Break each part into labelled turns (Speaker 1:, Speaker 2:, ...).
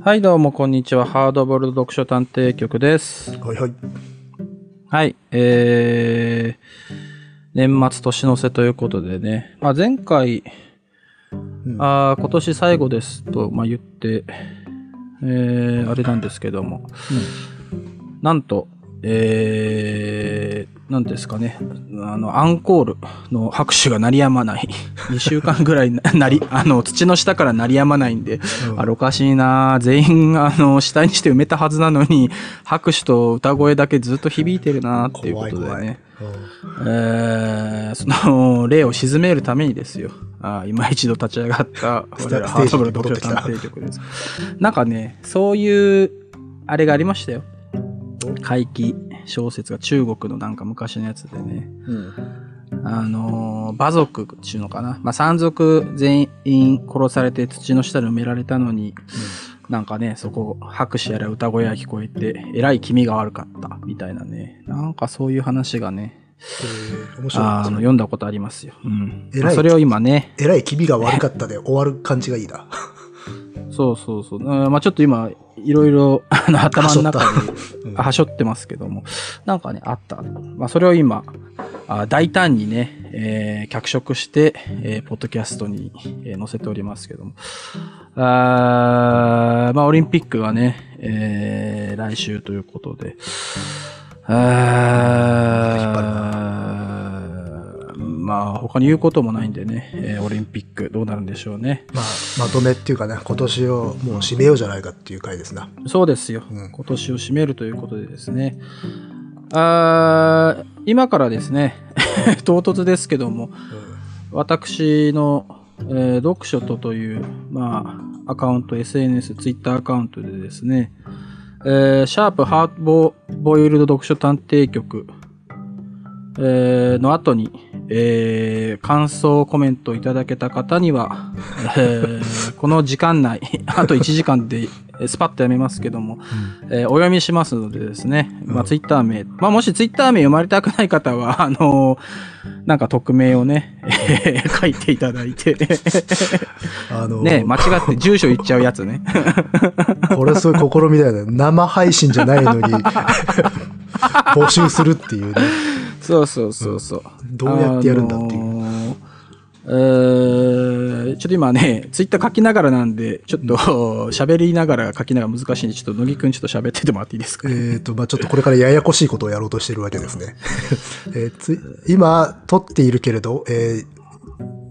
Speaker 1: はい、どうも、こんにちは。ハードボールド読書探偵局です。
Speaker 2: はいはい。
Speaker 1: はい、えー、年末年の瀬ということでね、まあ、前回、
Speaker 2: うん
Speaker 1: あー今年最後ですと、まあ、言って、えー、あれなんですけども、なんと、えー、なんですかね、あの、アンコールの拍手が鳴り止まない。2週 間ぐらいななり、あの、土の下から鳴り止まないんで、
Speaker 2: うん
Speaker 1: あれおかしいなあ全員、あの、死体にして埋めたはずなのに、拍手と歌声だけずっと響いてるなあっていうことでね。
Speaker 2: 怖い怖い
Speaker 1: えーその霊を鎮めるためにですよ、あー今一度立ち上がった
Speaker 2: ス
Speaker 1: 我
Speaker 2: タ
Speaker 1: ら
Speaker 2: ス
Speaker 1: ハード
Speaker 2: テージ
Speaker 1: ブ
Speaker 2: に
Speaker 1: ル
Speaker 2: 戻
Speaker 1: 読書
Speaker 2: ってき
Speaker 1: 探偵
Speaker 2: た
Speaker 1: 局です。なんかね、そういうあれがありましたよ
Speaker 2: お。
Speaker 1: 怪奇小説が中国のなんか昔のやつでね、
Speaker 2: うん。
Speaker 1: あのー馬族っていうのかな、まあ、山賊全員殺されて土の下に埋められたのに、なんかね、そこ、拍手やら歌声が聞こえて、えらい気味が悪かったみたいなね、なんかそういう話がね、
Speaker 2: えー面
Speaker 1: ああの
Speaker 2: 白い。
Speaker 1: 読んだことありますよ。うん
Speaker 2: 偉い
Speaker 1: それを今ね、
Speaker 2: えらい気味が悪かったで終わる感じがいいな。
Speaker 1: そうそうそう、うんまあ、ちょっと今、いろいろあの頭の中で
Speaker 2: はしょったうん
Speaker 1: あはしょってますけども、なんかね、あった。まあ、それを今、あ大胆にね、えー脚色して、えーポッドキャストに、えー載せておりますけども。あーまあ、オリンピックがね、えー来週ということで。あーまあ、他に言うこともないんでね、えーオリンピックどうなるんでしょうね。
Speaker 2: まあ、まとめっていうかね、今年をもう締めようじゃないかっていう回ですな。
Speaker 1: そうですよ。
Speaker 2: うん
Speaker 1: 今年を締めるということでですね。あー今からですね、 唐突ですけども、私の、えー読書とという、まあ、アカウント、SNS、ツイッターアカウントでですね、えーシャープハードボイルド読書探偵局、えーの後に、えー感想、コメントいただけた方には、えーこの時間内、 あと1時間で、えースパッとやめますけども、えーお読みしますのでですね、まあ、
Speaker 2: うん
Speaker 1: ツイッター名、まあ、もしツイッター名読まれたくない方は、あのーなんか匿名をね、えー書いていただいて、
Speaker 2: あの、
Speaker 1: ね、間違って住所言っちゃうやつね。
Speaker 2: これすごい試みだよね。生配信じゃないの に募集するっていうね。
Speaker 1: そうそうそうそう。
Speaker 2: どうやってやるんだっていう
Speaker 1: あのーえーちょっと今ね、ツイッター書きながらなんで、ちょっと喋りながら書きながら難しいんで、ちょっと乃木くんちょっと喋っててもらっていいですか
Speaker 2: えっ、と、まあちょっとこれからややこしいことをやろうとしてるわけですね。えーつ今、撮っているけれど、えー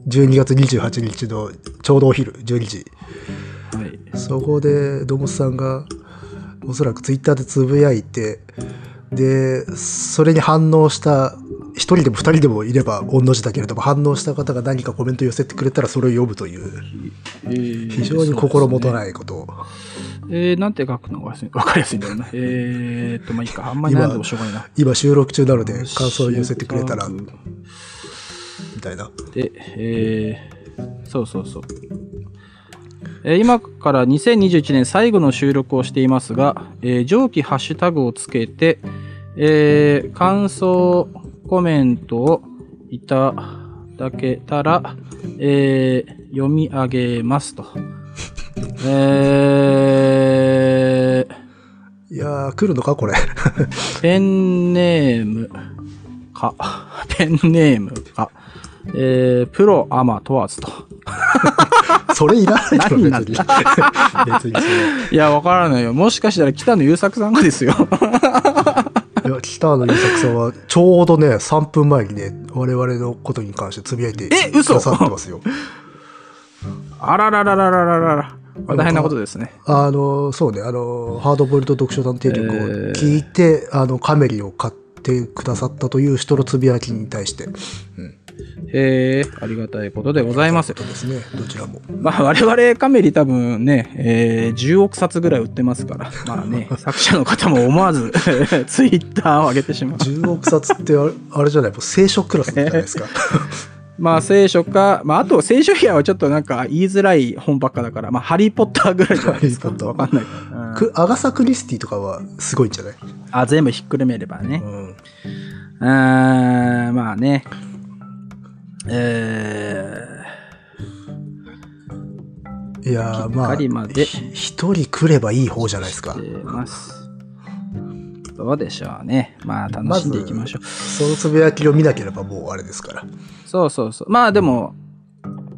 Speaker 2: 12月28日のちょうどお昼、12時。
Speaker 1: はい。
Speaker 2: そこで、どもさんが、おそらくツイッターでつぶやいて、で、それに反応した、一人でも二人でもいれば、御の字だけれども、反応した方が何かコメント寄せてくれたら、それを読むという、
Speaker 1: えー
Speaker 2: 非常に心もと
Speaker 1: い。
Speaker 2: ないことを。
Speaker 1: えー、なんて書くのがわかりやすいんだろうな。えーっと、まあいいか。あんまり悩んでもしょうがないな。
Speaker 2: 今、収録中なので、感想を寄せてくれたら、みたいな。
Speaker 1: で、えーそうそうそう。えー今から2021年最後の収録をしていますが、えー上記ハッシュタグをつけて、えー感想、コメントをいただけたら、えー読み上げますと。 えー
Speaker 2: いやー、来るのか、これ。
Speaker 1: ペンネームか、 ペンネームか、えー、プロアマ問わずと。
Speaker 2: それいらないだ
Speaker 1: 何
Speaker 2: ろ、
Speaker 1: に
Speaker 2: 別
Speaker 1: なっ
Speaker 2: に。別にそ
Speaker 1: いや、わからないよ。もしかしたら北野優作さんがですよ。
Speaker 2: れ。いや、北野優作さんは、ちょうどね、3分前にね、我々のことに関してつぶやいて
Speaker 1: え嘘
Speaker 2: くださってますよ。
Speaker 1: あらららららららら。大変なことですね。
Speaker 2: あの、そうね、あの、ハードボイルド読書探偵力を聞いて、あの、カメリを買ってくださったという人のつぶやきに対して、
Speaker 1: へえ、ありがたいことでございます
Speaker 2: と。ですね、どちらも。
Speaker 1: まあ、我々カメリ多分ね、えー10億冊ぐらい売ってますから、まあ ね、作者の方も思わず、 ツイッターを上げてしまう。
Speaker 2: 10億冊ってあれあれじゃない、もう聖書クラスじゃないですか。
Speaker 1: まあ、聖書か、まあ、あと、聖書以外はちょっとなんか言いづらい本ばっかだから、まあ、ハリー・ポッターぐらいじゃないですか。
Speaker 2: ハリーポ
Speaker 1: わ
Speaker 2: ッター
Speaker 1: かんないから。 うん
Speaker 2: くアガサ・クリスティとかはすごいんじゃない
Speaker 1: あ、全部ひっくるめればね
Speaker 2: う。ん。
Speaker 1: うーんまあね。えー
Speaker 2: いやーま
Speaker 1: きっ
Speaker 2: あ
Speaker 1: かりまで
Speaker 2: ひ一人来ればいい方じゃないですか
Speaker 1: してます。どうでしょうね。まあ、楽しんでいきましょう。
Speaker 2: そのつぶやきを見なければもうあれですから
Speaker 1: そうそうそう。まあ、でも、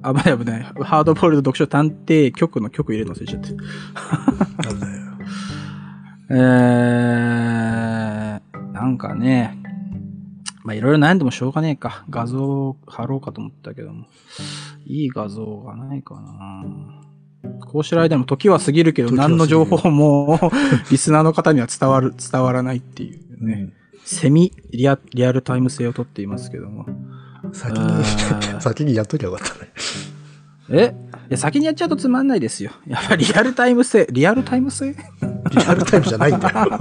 Speaker 1: 危ない危ない。ハードボールド読書探偵局の局入れるの忘れちゃって。
Speaker 2: なんだよ
Speaker 1: えー、なんかね、まあいろいろ悩んでもしょうがねえか。画像を貼ろうかと思ったけども。いい画像がないかな。こうしてる間にも時は過ぎるけど、
Speaker 2: 時は過ぎる
Speaker 1: 何の情報も リスナーの方には伝わる、伝わらないっていうね。セミリア、リアルタイム性をとっていますけども。
Speaker 2: 先
Speaker 1: あ
Speaker 2: に
Speaker 1: ー
Speaker 2: 先にやっときゃよかったね
Speaker 1: えいや先にやっちゃうとつまんないですよ。やっぱりリアルタイム性、リアルタイム性
Speaker 2: リアルタイムじゃないん だよ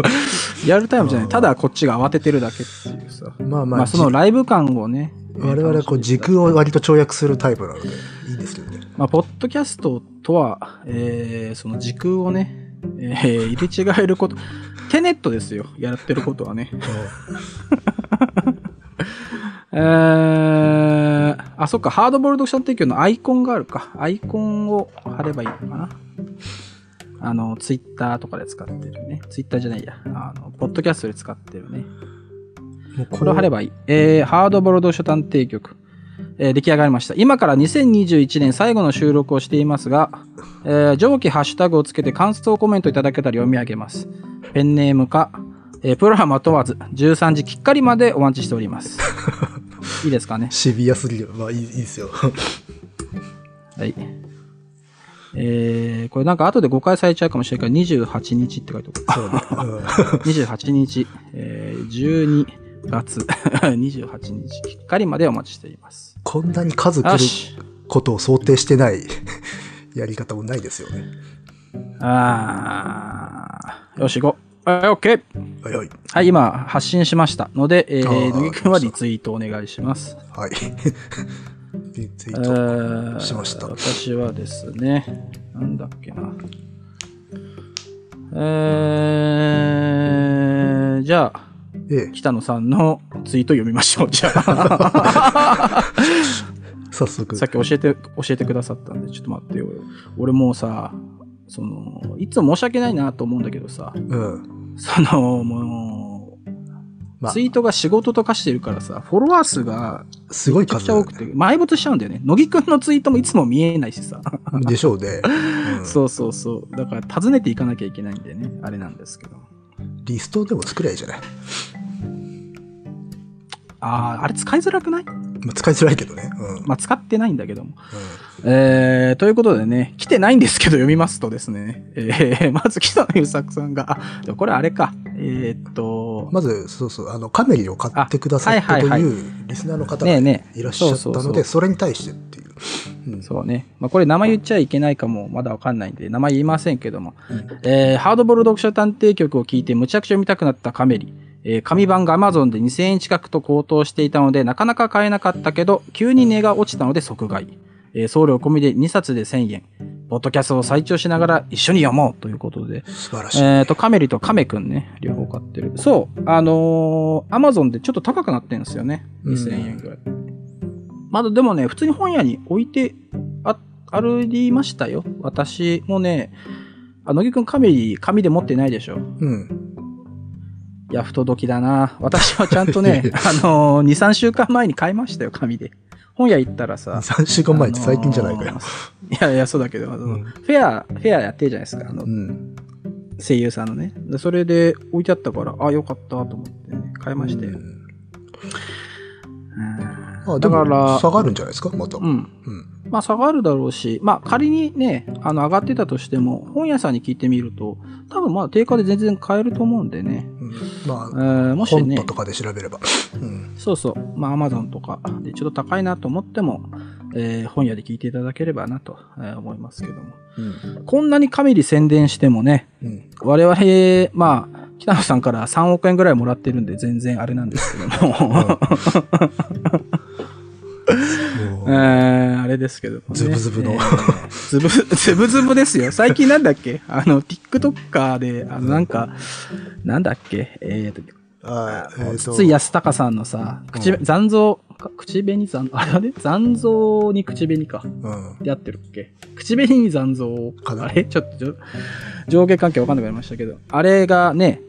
Speaker 1: リアルタイムじゃない。ただこっちが慌ててるだけっていうさ。
Speaker 2: まあまあ、
Speaker 1: まあ、そのライブ感をね、
Speaker 2: 我々はこう
Speaker 1: 楽しんでいた
Speaker 2: 時
Speaker 1: だ
Speaker 2: 空を割と跳躍するタイプなのでいいんですけどね
Speaker 1: まあ、ポッドキャストとは、えーその時空をね、えー入れ違えること、テネットですよ、やってることはね。えー、あ、そっか、ハードボールドション提供のアイコンがあるか。アイコンを貼ればいいのかな。あの、ツイッターとかで使ってるね。ツイッターじゃないや。あの、ポッドキャストで使ってるね。
Speaker 2: もうこ
Speaker 1: これを貼ればいい。えー、ハードボロド書探偵局、えー出来上がりました。今から2021年最後の収録をしていますが、えー上記ハッシュタグをつけて感想コメントいただけたら読み上げます。ペンネームか、えープロラマ問わず、13時きっかりまでお待ちしております。いいですかね。
Speaker 2: シビアすぎるまあいいいいで すよ
Speaker 1: はい。えー、これなんか後で誤解されちゃうかもしれないから、28日って書いてお く。
Speaker 2: そうね、うん
Speaker 1: 28日、えー12月 28日きっかりまでお待ちしています。
Speaker 2: こんなに数来
Speaker 1: よ
Speaker 2: る
Speaker 1: し。
Speaker 2: ことを想定してない やり方もないですよね。
Speaker 1: あーよし、5。はい、OK!
Speaker 2: はいはい。
Speaker 1: はい、今、発信しましたので、え
Speaker 2: あ
Speaker 1: ー、
Speaker 2: ー
Speaker 1: 乃木くんはリツイートお願いします。
Speaker 2: はい。 リツイ
Speaker 1: え
Speaker 2: ート。
Speaker 1: ー
Speaker 2: しました
Speaker 1: 私はですね、なんだっけな。えー、じゃあ、
Speaker 2: ええ、
Speaker 1: 北野さんのツイート読みましょう。じゃ あ、
Speaker 2: 早速。
Speaker 1: さっき教えて、教えてくださったんで、ちょっと待ってよ。俺もうさ、その、いつも申し訳ないなと思うんだけどさ、
Speaker 2: うん。
Speaker 1: その、もう、
Speaker 2: まあ
Speaker 1: ツイートが仕事と化してるからさ、フォロワー数が
Speaker 2: すごい
Speaker 1: めちゃく
Speaker 2: 数
Speaker 1: ちゃ多くて、埋没しちゃうんだよね。乃木くんのツイートもいつも見えないしさ。
Speaker 2: でしょうね。う ん
Speaker 1: そうそうそう。だから訪ねていかなきゃいけないんでね、あれなんですけど。
Speaker 2: リストでも作りゃいいじゃない。
Speaker 1: ああ、あれ使いづらくない
Speaker 2: まあ、使いづらいけどね。うん。
Speaker 1: まあ使ってないんだけども。えー、ということでね、来てないんですけど読みますとですね、えー、まず北野優作さんが、あ、でもこれあれか、えーっと
Speaker 2: うん、まず、そうそう、あの、カメリを買ってくださった
Speaker 1: あはい
Speaker 2: と
Speaker 1: はいはい
Speaker 2: いうリスナーの方が
Speaker 1: ねえねえ
Speaker 2: いらっしゃった
Speaker 1: そうそう
Speaker 2: の
Speaker 1: そ
Speaker 2: で、
Speaker 1: う
Speaker 2: それに対してっていう。うん
Speaker 1: そうね。まあ、これ名前言っちゃいけないかも、まだわかんないんで、名前言いませんけども。
Speaker 2: うん
Speaker 1: えーハードボール読書探偵局を聞いてむちゃくちゃ見たくなったカメリ。えー紙版が Amazon で2000円近くと高騰していたので、なかなか買えなかったけど、急に値が落ちたので即買い。えー送料込みで2冊で1000円。ポッドキャストを再聴しながら一緒に読もうということで。
Speaker 2: 素晴らしい。
Speaker 1: えっ、と、カメリとカメくんね、両方買ってる。そう、あのー、Amazon でちょっと高くなってるんですよね。2000円ぐらい。まだでもね、普通に本屋に置いてあ、歩りましたよ。私もね、あ、乃木くんカメリ、紙で持ってないでしょ。
Speaker 2: うん。、
Speaker 1: いや、不届きだな。私はちゃんと ねあのー、2、3週間前に買いましたよ、紙で。本屋行ったらさ。
Speaker 2: 3週間前って最近じゃないかよ。
Speaker 1: いやいや、そうだけど、あの
Speaker 2: うん
Speaker 1: フェア、フェアやってるじゃないですか。あの
Speaker 2: うん。
Speaker 1: 声優さんのね。でそれで置いてあったから、あ、よかったと思ってね、買いましたよ。
Speaker 2: うん
Speaker 1: う
Speaker 2: あ、
Speaker 1: ん
Speaker 2: で
Speaker 1: だか
Speaker 2: も、
Speaker 1: ら、
Speaker 2: 下がるんじゃないですか、また。
Speaker 1: う。ん。
Speaker 2: うん。
Speaker 1: まあ下がるだろうし、まあ仮にね、あの上がってたとしても、本屋さんに聞いてみると、多分まあ定価で全然買えると思うんでね。
Speaker 2: うんまあ
Speaker 1: え、ーもし
Speaker 2: 本
Speaker 1: ね
Speaker 2: と、かで調べれば。うん。
Speaker 1: そうそう、まあ Amazon とかでちょっと高いなと思っても、えー本屋で聞いていただければなとえー思いますけども。
Speaker 2: うん。
Speaker 1: こんなにカメリ宣伝してもね、
Speaker 2: うん。
Speaker 1: 我々、まあ、北野さんから3億円ぐらいもらってるんで、全然あれなんですけども、え
Speaker 2: もう
Speaker 1: ーあれですけども、ね。
Speaker 2: ズブズブの
Speaker 1: えーズブ、ズブズブですよ。最近なんだっけあの、TikToker で、あの、なんか、なんだっけえーと、
Speaker 2: あえーと
Speaker 1: 筒井康隆さんのさ、口、
Speaker 2: うん
Speaker 1: 残像か口紅残、あれあれ残像に口紅か。
Speaker 2: うん。
Speaker 1: で合ってるっけ口紅に残像
Speaker 2: かな
Speaker 1: あれちょっとじょ上下関係わかんなくなりましたけど、あれがね、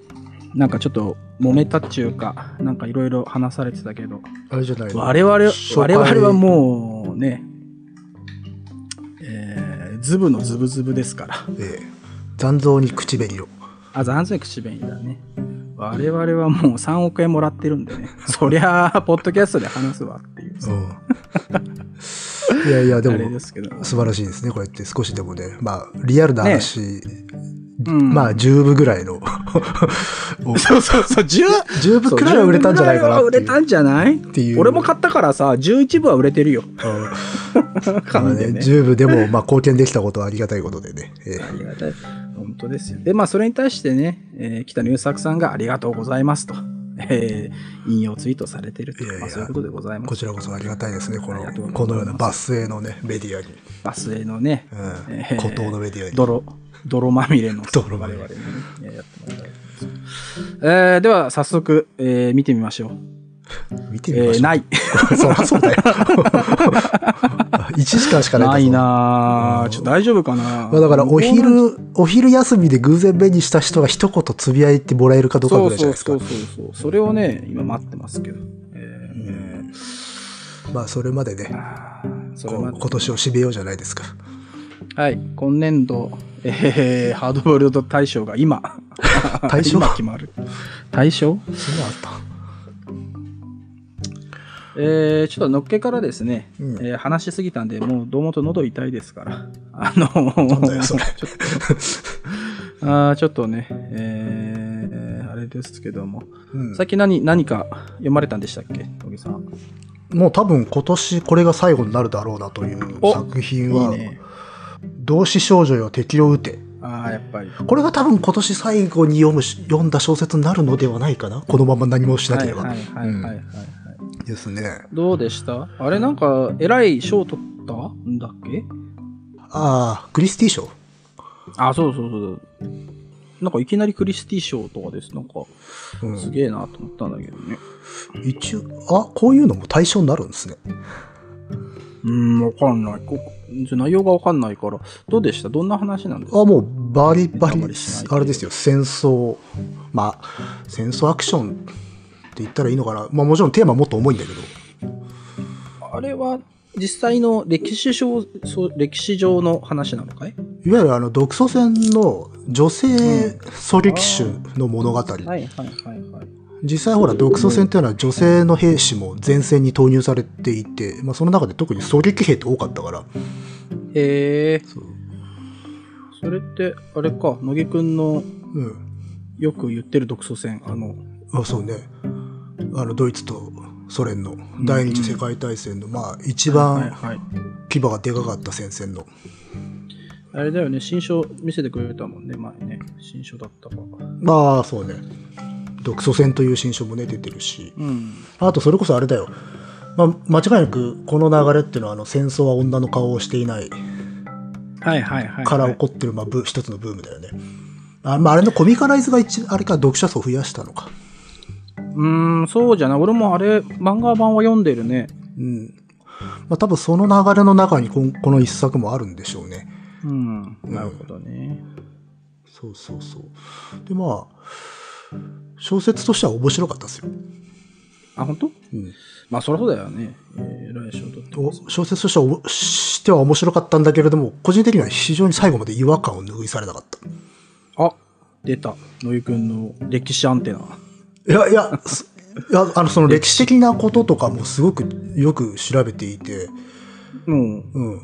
Speaker 1: なんかちょっと揉めたっちゅうか、なんかいろいろ話されてたけど、
Speaker 2: あれじゃないの
Speaker 1: 我々、我
Speaker 2: 初回
Speaker 1: 々はもうね、えー、ズブのズブズブですから。
Speaker 2: ええ残像に口紅を。
Speaker 1: あ、残像に口紅だね。我々はもう3億円もらってるんでね、そりゃあ、ポッドキャストで話すわっていう、
Speaker 2: うん。いやいや、で
Speaker 1: あれ
Speaker 2: も
Speaker 1: で、すけど。
Speaker 2: 素晴らしいですね、こうやって少しでもね、まあ、リアルな話、
Speaker 1: うん
Speaker 2: まあ、10部ぐら いの、
Speaker 1: そうそうそう、10!
Speaker 2: 10部くらいは売れたんじゃないかな
Speaker 1: そう
Speaker 2: っ
Speaker 1: 10ぐらいは売れ
Speaker 2: ていう
Speaker 1: たんじゃない
Speaker 2: っていう
Speaker 1: 俺も買ったからさ、11部は売れてるよ。
Speaker 2: うんまあ
Speaker 1: 紙
Speaker 2: ね
Speaker 1: でね。
Speaker 2: 10部でも、まあ、貢献できたことはありがたいことでね。ええ
Speaker 1: ありがたい。本当ですよ。で、まあ、それに対してね、えー北野優作さんがありがとうございますと、えー引用ツイートされてると
Speaker 2: いやいや
Speaker 1: まあ、そういうことでございま
Speaker 2: こ
Speaker 1: す。
Speaker 2: ちらこそありがたいですね、こ
Speaker 1: ありがとうござい
Speaker 2: の
Speaker 1: ます
Speaker 2: このようなバスへのね、メディアに、
Speaker 1: バスへのね、
Speaker 2: うん
Speaker 1: ええ
Speaker 2: 孤島のメディアに。
Speaker 1: 泥、泥まみれの、
Speaker 2: 泥まみれ
Speaker 1: 我々にねえーやってもらいたいですえーでは、早速、えー見てみましょう。
Speaker 2: 見て
Speaker 1: え
Speaker 2: みましょう。。
Speaker 1: ーないい。
Speaker 2: そらそうだ よ。1時間しかないんだぞ
Speaker 1: ないな
Speaker 2: う
Speaker 1: ぁ。
Speaker 2: ん
Speaker 1: ちょっと大丈夫かな
Speaker 2: まあ、だからお昼、お昼休みで偶然目にした人が一言つぶやいてもらえるかどうかぐらいじゃないですか。
Speaker 1: そうそうそうそうそう。それをね、今待ってますけど。えー
Speaker 2: うんまあ、それまでね、
Speaker 1: あーそれ
Speaker 2: こ
Speaker 1: ま
Speaker 2: う
Speaker 1: で
Speaker 2: 今年を締めようじゃないですか。
Speaker 1: はい、今年度、えーハードボイルド大賞が今、
Speaker 2: 大賞
Speaker 1: 今決まる。大賞
Speaker 2: そうだった。
Speaker 1: えーちょっとのっけからですね、
Speaker 2: うん
Speaker 1: えー話しすぎたんで、もうどうもと喉痛いですから、あの
Speaker 2: んだよそれ
Speaker 1: ちょっと あーちょっとね、えーあれですけども、
Speaker 2: うん
Speaker 1: さっき何何か読まれたんでしたっけ、小木さん。
Speaker 2: もう多分今年これが最後になるだろうなという
Speaker 1: お
Speaker 2: 作品
Speaker 1: い、
Speaker 2: はい
Speaker 1: ね。
Speaker 2: 同志少女よ敵を撃て。
Speaker 1: ああ、やっぱり。
Speaker 2: これが多分今年最後に読むし読んだ小説になるのではないかな。このまま何もしなければ。
Speaker 1: はいはいはいはい、はい
Speaker 2: ですね。
Speaker 1: どうでしたあれ、なんか、えらい賞取ったんだっけ
Speaker 2: ああ、クリスティ賞。
Speaker 1: あ、そうそうそう。なんかいきなりクリスティ賞とかです。なんか、
Speaker 2: うん
Speaker 1: すげえなと思ったんだけどね。
Speaker 2: 一応、あ、こういうのも対象になるんですね。
Speaker 1: うん、わかんない。こじゃ内容がわかんないから。どうでしたどんな話なんですか
Speaker 2: あもうバリバ
Speaker 1: ネタ
Speaker 2: リ
Speaker 1: バレしない
Speaker 2: あれですよ戦争まあ戦争アクションって言ったらいいのかなまあもちろんテーマもっと重いんだけど
Speaker 1: あれは、実際の歴史上、そう歴史上の話なのかい
Speaker 2: いわゆるあの独ソ戦の女性狙撃手の物語、
Speaker 1: はいはいはいはい。
Speaker 2: 実際ほら独ソ戦っていうのは女性の兵士も前線に投入されていて、まあ、その中で特に狙撃兵って多かったから
Speaker 1: へえ、
Speaker 2: そう、
Speaker 1: それって、あれか、乃木くんの
Speaker 2: うん、
Speaker 1: よく言ってる独ソ戦。あの、
Speaker 2: あそうねあのドイツとソ連の第二次世界大戦の、まあ一
Speaker 1: はい
Speaker 2: 番
Speaker 1: はい。
Speaker 2: 牙がでかかった戦線の
Speaker 1: あれだよね、新書見せてくれたもんね、前ね。新書だったから。
Speaker 2: まあそうね独ソ戦という新書もね出てるし
Speaker 1: うん。
Speaker 2: あとそれこそあれだよ、まあ、間違いなくこの流れっていうのはあの戦争は女の顔をしていない
Speaker 1: はいはいはい、はい。
Speaker 2: から起こってる、まあ、ブー一つのブームだよねあ,、まあ、あれのコミカライズが一あれか読者層を増やしたのか、
Speaker 1: うーん、そうじゃない。俺もあれ、漫画版は読んでるね。
Speaker 2: うんまあ、多分その流れの中にこんこの一作もあるんでしょうね
Speaker 1: うん。なるほどね。
Speaker 2: そうそうそうでまあ小説としては面白かったですよ、
Speaker 1: あ、本当？
Speaker 2: うん、
Speaker 1: まあ、そりゃそうだよね。えー、来週とって。
Speaker 2: お小説としてはおしては面白かったんだけれども個人的には非常に最後まで違和感を拭いされなかった
Speaker 1: あ、出た。野井くんの歴史アンテナ。
Speaker 2: いやいやすいやあのその歴史的なこととかもすごくよく調べていて、
Speaker 1: うん。
Speaker 2: う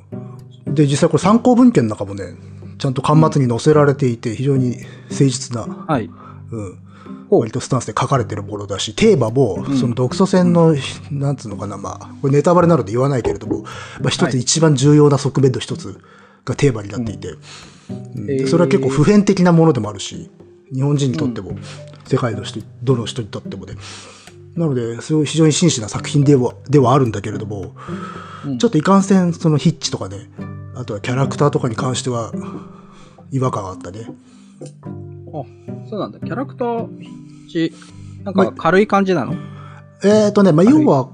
Speaker 2: ん、で実際これ参考文献の中もねちゃんと端末に載せられていて非常に誠実な、
Speaker 1: はい。
Speaker 2: うん、
Speaker 1: ほう
Speaker 2: 割とスタンスで書かれてるものだしテーマもその独ソ戦の、なんつうのかなまあこれネタバレなので言わないけれども、まあ、一
Speaker 1: は
Speaker 2: つ
Speaker 1: い
Speaker 2: 一番重要な側面の一つがテーマになっていて、うん
Speaker 1: えー
Speaker 2: でそれは結構普遍的なものでもあるし日本人にとっても、世界の人どの人にとってもねなのですごい非常に真摯な作品ではではあるんだけれども、
Speaker 1: うん
Speaker 2: ちょっといかんせんそのヒッチとかねあとはキャラクターとかに関しては違和感があったね
Speaker 1: あ、そうなんだ。キャラクター、ヒッチなん
Speaker 2: は
Speaker 1: か
Speaker 2: い
Speaker 1: 軽い感じなの、
Speaker 2: えっ、とね、まあ、
Speaker 1: 軽い
Speaker 2: 要は、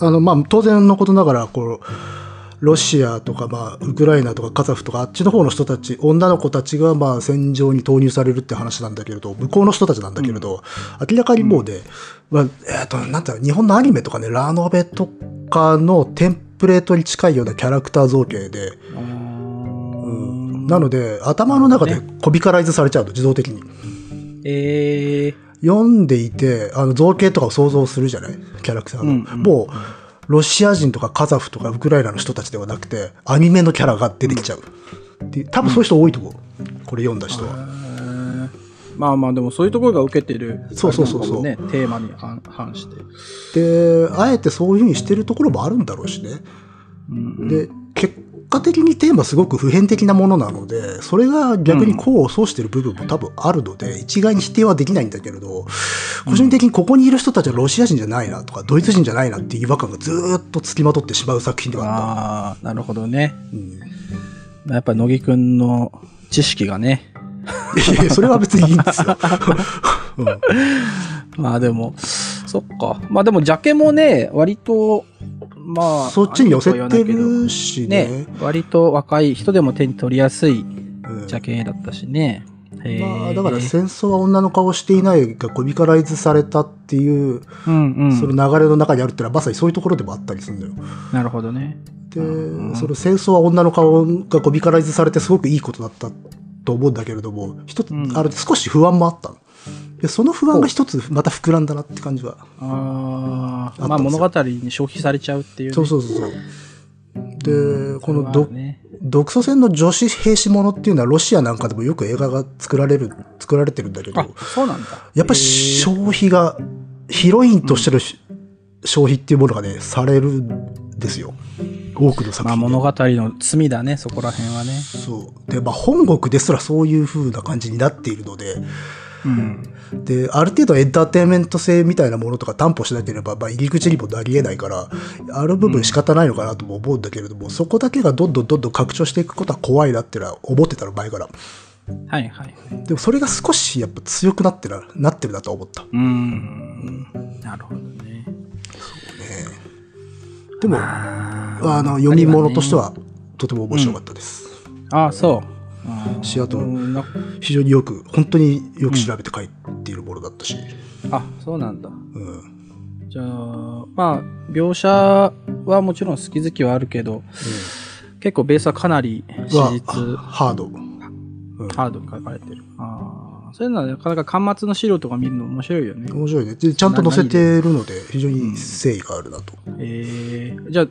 Speaker 2: あの、まあ、当然のことながら、こう、ロシアとか、まあ、ウクライナとかカザフとか、あっちの方の人たち、女の子たちが、まあ、戦場に投入されるって話なんだけれど、向こうの人たちなんだけれど、明らかにもうで、まあ、えっ、と、なんていうの日本のアニメとかね、ラノベとかのテンプレートに近いようなキャラクター造形で、
Speaker 1: あー
Speaker 2: うんなので、頭の中でコビカライズされちゃうと、自動的に。
Speaker 1: えー、
Speaker 2: 読んでいてあの造形とかを想像するじゃないキャラクターの、
Speaker 1: うんうん
Speaker 2: もうロシア人とかカザフとかウクライナの人たちではなくてアニメのキャラが出てきちゃう、で多分そういう人多いと思う、これ読んだ人は、
Speaker 1: まあまあでもそういうところが受けてる、
Speaker 2: そうそうそうそう
Speaker 1: あれなんかもね、テーマに反反して。
Speaker 2: であえてそういうふうにしてるところもあるんだろうしね
Speaker 1: うん
Speaker 2: で結果的にテーマすごく普遍的なものなのでそれが逆に功を奏してる部分も多分あるので、一概に否定はできないんだけれど個人的にここにいる人たちはロシア人じゃないなとかドイツ人じゃないなっていう違和感がずーっとつきまとってしまう作品ではあった。
Speaker 1: ああ、なるほどね。
Speaker 2: うん
Speaker 1: まあやっぱ乃木くんの知識がね。
Speaker 2: いやいやそれは別にいいんで すよ。うん
Speaker 1: まあでも、そっか。まあでも、ジャケもね、割と、まあ、
Speaker 2: そっちに寄せ
Speaker 1: あり
Speaker 2: て
Speaker 1: とは言わない
Speaker 2: る
Speaker 1: けど
Speaker 2: しね。
Speaker 1: ね、割と若い人でも手に取りやすい
Speaker 2: うん
Speaker 1: ジャケだったしね。へー
Speaker 2: まあ、だから戦争は女の顔していないがコミカライズされたっていう、
Speaker 1: うんうん。
Speaker 2: その流れの中にあるってのはまさにそういうところでもあったりするんだよ。
Speaker 1: なるほどね。
Speaker 2: で、
Speaker 1: うん
Speaker 2: その戦争は女の顔がコミカライズされてすごくいいことだったと思うんだけれども、一つ、
Speaker 1: うん
Speaker 2: あれ少し不安もあったの。で、その不安が一つまた膨らんだなって感じは。
Speaker 1: ああ、
Speaker 2: あったんですよ
Speaker 1: まあ物語に消費されちゃうっていう、ね。
Speaker 2: そうそうそうそう。で、この
Speaker 1: ど
Speaker 2: ど、独ソ戦の女子兵士ものっていうのはロシアなんかでもよく映画が作られる作られてるんだけど
Speaker 1: あ、そうなんだ。
Speaker 2: やっぱり消費がヒロインとしてのし、消費っていうものがねされるんですよ多くの作
Speaker 1: まあ
Speaker 2: 品で、
Speaker 1: 物語の罪だね、そこら辺はね。
Speaker 2: そうでまあ本国ですらそういう風な感じになっているので
Speaker 1: うん。
Speaker 2: である程度エンターテインメント性みたいなものとか担保しなければ、まあ、入り口にもなりえないからある部分仕方ないのかなとも思うんだけれども、そこだけがどんどんどんどん拡張していくことは怖いなってのは思ってたの前から。
Speaker 1: はいはい。
Speaker 2: でもそれが少しやっぱ強くなってるなってるなと思った。
Speaker 1: うん。なるほどね。
Speaker 2: でも、
Speaker 1: あ
Speaker 2: あの読み物としてはとても面白かったです。
Speaker 1: あ、そう。あー
Speaker 2: シアトル
Speaker 1: うんな
Speaker 2: 非常によく、本当によく調べて書いているものだったし。
Speaker 1: あ、そうなんだ。
Speaker 2: うん。
Speaker 1: じゃあ、まあ、描写はもちろん好き好きはあるけど、結構ベースはかなり
Speaker 2: は
Speaker 1: 史実、
Speaker 2: ハード。
Speaker 1: ハードに書かれてる。ああ、そういうのはなかなか端末の資料とか見るの面白いよね。
Speaker 2: 面白いね。で、ちゃんと載せているので、非常に誠意があるなと。
Speaker 1: えー、じゃあ、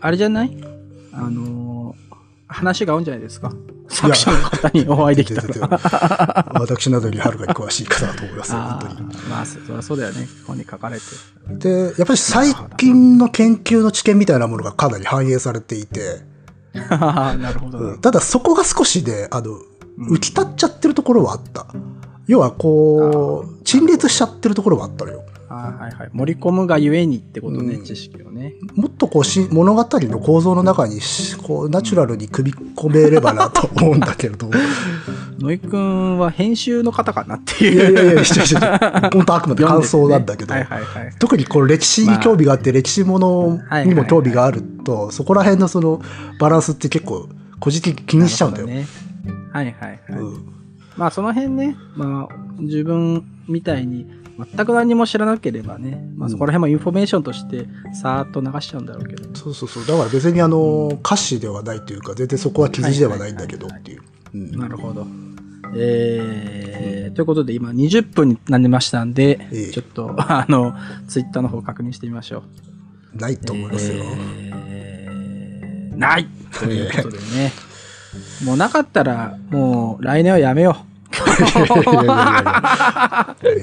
Speaker 1: あれじゃないあのー話が合うんじゃないですか作者の方にお会いできた
Speaker 2: 全然
Speaker 1: ら。
Speaker 2: 私などよりはるかに詳しい方だと思いますよ、
Speaker 1: あ
Speaker 2: 本当に。
Speaker 1: ーまあ、そりゃそうだよね。ここに書かれて。
Speaker 2: で、やっぱり最近の研究の知見みたいなものがかなり反映されていて、
Speaker 1: なるほど。
Speaker 2: うんただそこが少しで、あの、浮き立っちゃってるところはあった。要はこう、陳列しちゃってるところはあったのよ。
Speaker 1: あーはいはい。盛り込むがゆえにってことね、
Speaker 2: うん
Speaker 1: 知識をね。
Speaker 2: もっとこうし物語の構造の中にしこうナチュラルに組み込めればなと思うんだけれど
Speaker 1: 野井くんは編集の方かなっていう。
Speaker 2: いやいや いやいやいやいや本当あくまで
Speaker 1: 読んで
Speaker 2: 感
Speaker 1: てね
Speaker 2: 想なんだけど、
Speaker 1: はいはいはい。
Speaker 2: 特にこの歴史に興味があって、歴史ものにも興味があると、そこら辺のそのバランスって結構個人的に気にしちゃうんだよ。
Speaker 1: なるほどね。はいはいはい。
Speaker 2: うん
Speaker 1: まあその辺ね、まあ自分みたいに全く何も知らなければね、まあそこら辺もインフォメーションとしてさーっと流しちゃうんだろうけど。
Speaker 2: そうそうそうだから別にあの歌詞ではないというか全然そこは記事ではないんだけどっていう。うん
Speaker 1: なるほど。えー、ということで今20分になりましたんで、
Speaker 2: ええ
Speaker 1: ちょっと あの、ツイッターの方確認してみましょう。
Speaker 2: ないと思います よ。
Speaker 1: えーないということでね。もうなかったら、もう来年はやめよう。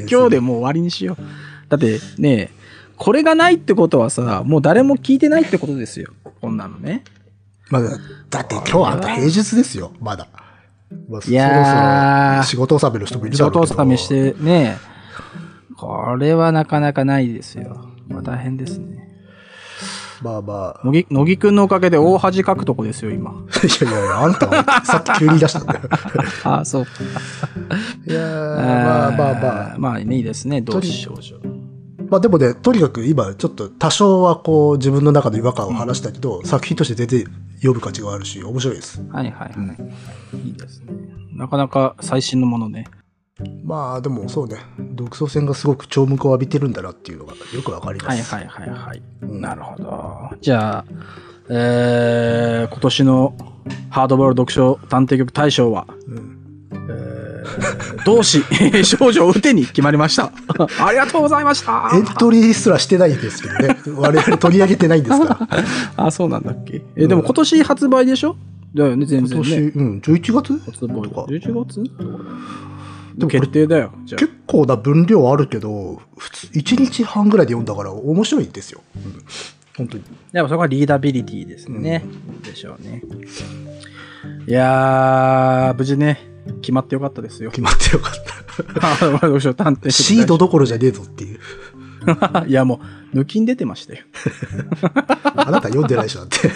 Speaker 1: 今日でもう終わりにしよう。だってね、これがないってことはさ、もう誰も聞いてないってことですよ。こんなのね。
Speaker 2: まだ、だって今日はあんた平日ですよ、まだ。まあ、
Speaker 1: いやー
Speaker 2: そろそろ仕事納めの人もいる
Speaker 1: 仕
Speaker 2: だろうけ
Speaker 1: 事
Speaker 2: ど。
Speaker 1: 納めしてね、これはなかなかないですよ。まあ、大変ですね。
Speaker 2: まあまあ。
Speaker 1: 乃木乃木くんのおかげで大恥かくとこですよ、今。
Speaker 2: いやいやいや、あんたはさっき急に言い出した んだよ。
Speaker 1: ああ、 そう。
Speaker 2: いやーまあまあまあ。
Speaker 1: まあ、いいですね、同志少女。
Speaker 2: まあでもね、とにかく今、ちょっと多少はこう、自分の中の違和感を話したけど、作品として全然読む価値があるし、面白いです。
Speaker 1: はいはいはい。いいですね。なかなか最新のものね。
Speaker 2: まあでもそうね、独創戦がすごく注目を浴びてるんだなっていうのがよくわかりま
Speaker 1: はい
Speaker 2: す。
Speaker 1: はいはいはい。
Speaker 2: うん
Speaker 1: なるほど。じゃあ、えー、今年のハードボール読書探偵局大賞は、
Speaker 2: うん
Speaker 1: 同志少女を打てに決まりま した。ありがとうございました。
Speaker 2: エントリーすらしてないですけど ね。我々取り上げてないんですから。
Speaker 1: あ、そうなんだっけ。え、でも今年発売でしょだよね、全
Speaker 2: 今
Speaker 1: 然
Speaker 2: 年、
Speaker 1: ね。
Speaker 2: うん、11月
Speaker 1: 発売
Speaker 2: とか
Speaker 1: 11月
Speaker 2: でもこれ
Speaker 1: 決定だよ。じゃあ
Speaker 2: 結構な分量あるけど、普通、1日半ぐらいで読んだから面白いんですよ。うん、本当に。
Speaker 1: やっぱそこはリーダビリティですね。でしょうね。いやー、無事ね、決まってよかったですよ。
Speaker 2: 決まってよかった。
Speaker 1: あーどうしよう探偵
Speaker 2: シードどころじゃねえぞっていう。
Speaker 1: いや、もう、抜きん出てましたよ。
Speaker 2: あなた読んでないでしょ、だって。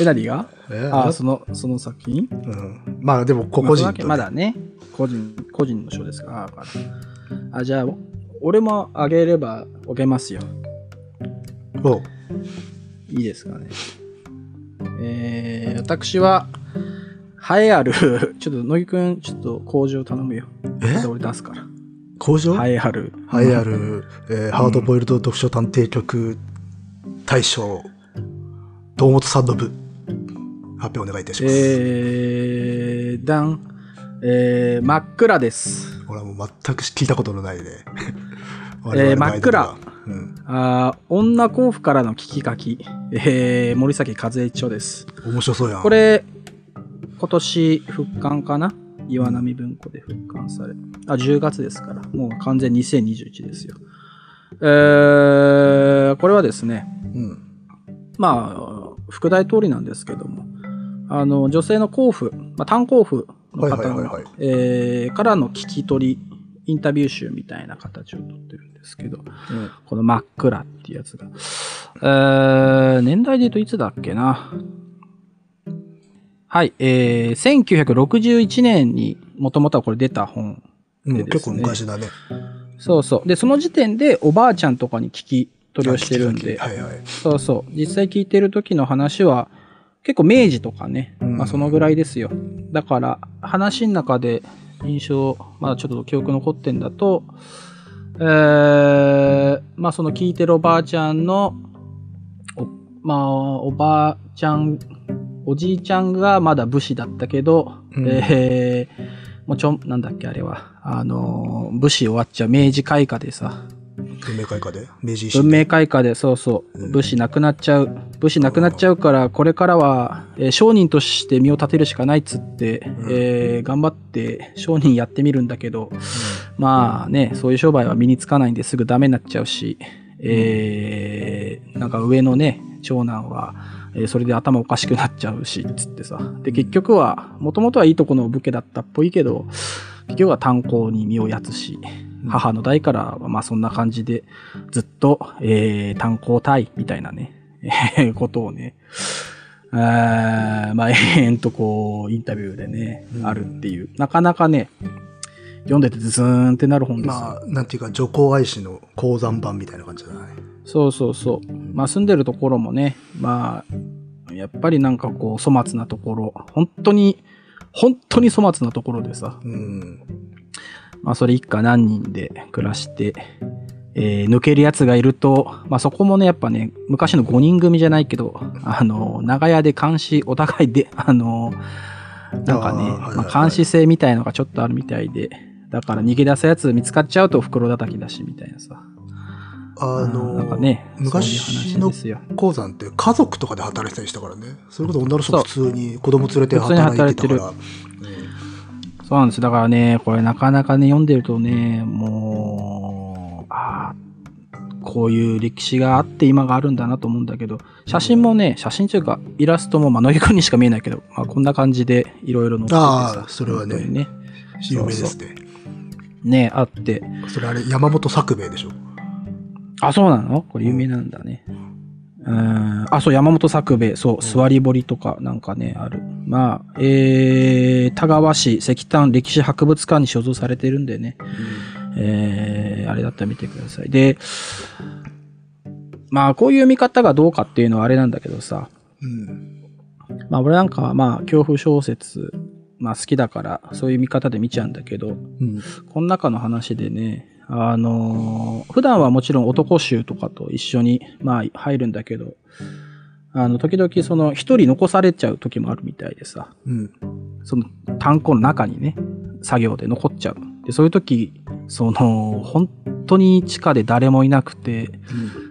Speaker 1: え、何が
Speaker 2: え
Speaker 1: あー、その、その作品
Speaker 2: うん、まあでも、個々人
Speaker 1: まあそのわ
Speaker 2: と
Speaker 1: け
Speaker 2: ね、
Speaker 1: まだね、個人、個人の書ですから。あーわかるあ、じゃあ、俺もあげればあげますよ。
Speaker 2: おう
Speaker 1: いいですかね。えー、私は、栄えある、 ちょっと、乃木くん、ちょっと、工場頼むよ。
Speaker 2: え
Speaker 1: 俺出すから。
Speaker 2: 工場は
Speaker 1: 栄えある。
Speaker 2: い、ある、えーハードボイルド読書探偵局大賞、堂本さんの部、発表お願いいたします。
Speaker 1: えー、ダン、えー、真っ暗です。
Speaker 2: 俺はもう全く聞いたこと のないね。
Speaker 1: えー真っ暗
Speaker 2: 我々の間では。うん
Speaker 1: あー女甲府からの聞き書き、えー、森崎和恵著です。
Speaker 2: 面白そうやん。
Speaker 1: これ、今年復刊かな岩波文庫で復刊され。あ、10月ですから。もう完全2021ですよ。えー、これはですね、
Speaker 2: うん。
Speaker 1: まあ、副題通りなんですけども、あの、女性の甲府、まあ、単甲府の方
Speaker 2: はいはいはい
Speaker 1: の
Speaker 2: は
Speaker 1: えーからの聞き取り、インタビュー集みたいな形をとってるんですけど、この真っ暗っていうやつが。えー、年代で言うといつだっけな。はい、えー、1961年にもともとはこれ出た本。
Speaker 2: うん
Speaker 1: でですね
Speaker 2: 結構昔だね。
Speaker 1: そうそう。で、その時点でおばあちゃんとかに聞き取りをしてるんで、
Speaker 2: はいはい。
Speaker 1: そうそう。実際聞いてる時の話は、結構明治とかね、
Speaker 2: うん
Speaker 1: まあそのぐらいですよ。だから、話の中で印象、まだちょっと記憶残ってんだと、えー、まあその聞いてるおばあちゃんの、おまあ、おばあちゃん、おじいちゃんがまだ武士だったけど、
Speaker 2: うん
Speaker 1: えーもうちょん、なんだっけあれは、あのー武士終わっちゃう明治開化でさ、
Speaker 2: 文明開化で明治維
Speaker 1: 文
Speaker 2: 新で。
Speaker 1: 明開化でそうそう
Speaker 2: うん
Speaker 1: 武士なくなっちゃう武士なくなっちゃうからこれからは、えー商人として身を立てるしかないっつって、
Speaker 2: ん
Speaker 1: えー頑張って商人やってみるんだけどまあねそういう商売は身につかないんですぐダメになっちゃうし、えーなんか上のね長男は、えーそれで頭おかしくなっちゃうしっつってさで結局はもともとはいいとこの武家だったっぽいけど結局は炭鉱に身をやつし
Speaker 2: うん
Speaker 1: 母の代からはまあそんな感じでずっと、えー炭鉱隊みたいなね、 えーことをね、あーまあ永遠とこうインタビューでね、
Speaker 2: うん
Speaker 1: あるっていう、なかなかね、読んでてズズーンってなる本ですよ。
Speaker 2: まあ、なんていうか、女皇愛子の鉱山版みたいな感じだね。
Speaker 1: そうそうそう。まあ住んでるところもね、まあ、やっぱりなんかこう粗末なところ、本当に、本当に粗末なところでさ、
Speaker 2: うん。
Speaker 1: まあ、それ一家何人で暮らして、えー抜けるやつがいると、まあ、そこもね、やっぱね、昔の5人組じゃないけど、あの、長屋で監視、お互いで、あの、なんかね、
Speaker 2: あーはいはいはい
Speaker 1: まあ監視性みたいのがちょっとあるみたいで、だから逃げ出すやつ見つかっちゃうと袋叩きだし、みたいなさ。
Speaker 2: あの、
Speaker 1: なんかね、
Speaker 2: 昔
Speaker 1: そういう話
Speaker 2: の
Speaker 1: ですよ。
Speaker 2: 鉱山って家族とかで働いてたりしたからね。それこそ女の人
Speaker 1: そう
Speaker 2: 普通に子供連れて働いてたから。
Speaker 1: そうなんです。だからね、これなかなかね、読んでるとね、もう、ああ、こういう歴史があって今があるんだなと思うんだけど、写真もね、写真というか、イラストも、まあ、乃木くんにしか見えないけど、まあ、こんな感じでいろいろ載ってて
Speaker 2: あーそれはね
Speaker 1: 本当にね。
Speaker 2: 有名ですね。
Speaker 1: ね、あって。
Speaker 2: それあれ、山本作兵衛でしょ。
Speaker 1: あ、そうなのこれ有名なんだね。うん、あ、そう、山本作兵衛、そう、座り堀とかなんかね、ある。まあ、えー、田川市石炭歴史博物館に所蔵されてるんでね。えーあれだったら見てください。で、まあ、こういう見方がどうかっていうのはあれなんだけどさ、
Speaker 2: うん。
Speaker 1: まあ、俺なんかはまあ、恐怖小説、まあ、好きだから、そういう見方で見ちゃうんだけど、
Speaker 2: うん。
Speaker 1: この中の話でね、あのー普段はもちろん男衆とかと一緒に、まあ、入るんだけど、あの、時々その、一人残されちゃう時もあるみたいでさ、
Speaker 2: うん。
Speaker 1: その炭鉱の中にね、作業で残っちゃう。で、そういう時、その、 本当に地下で誰もいなくて、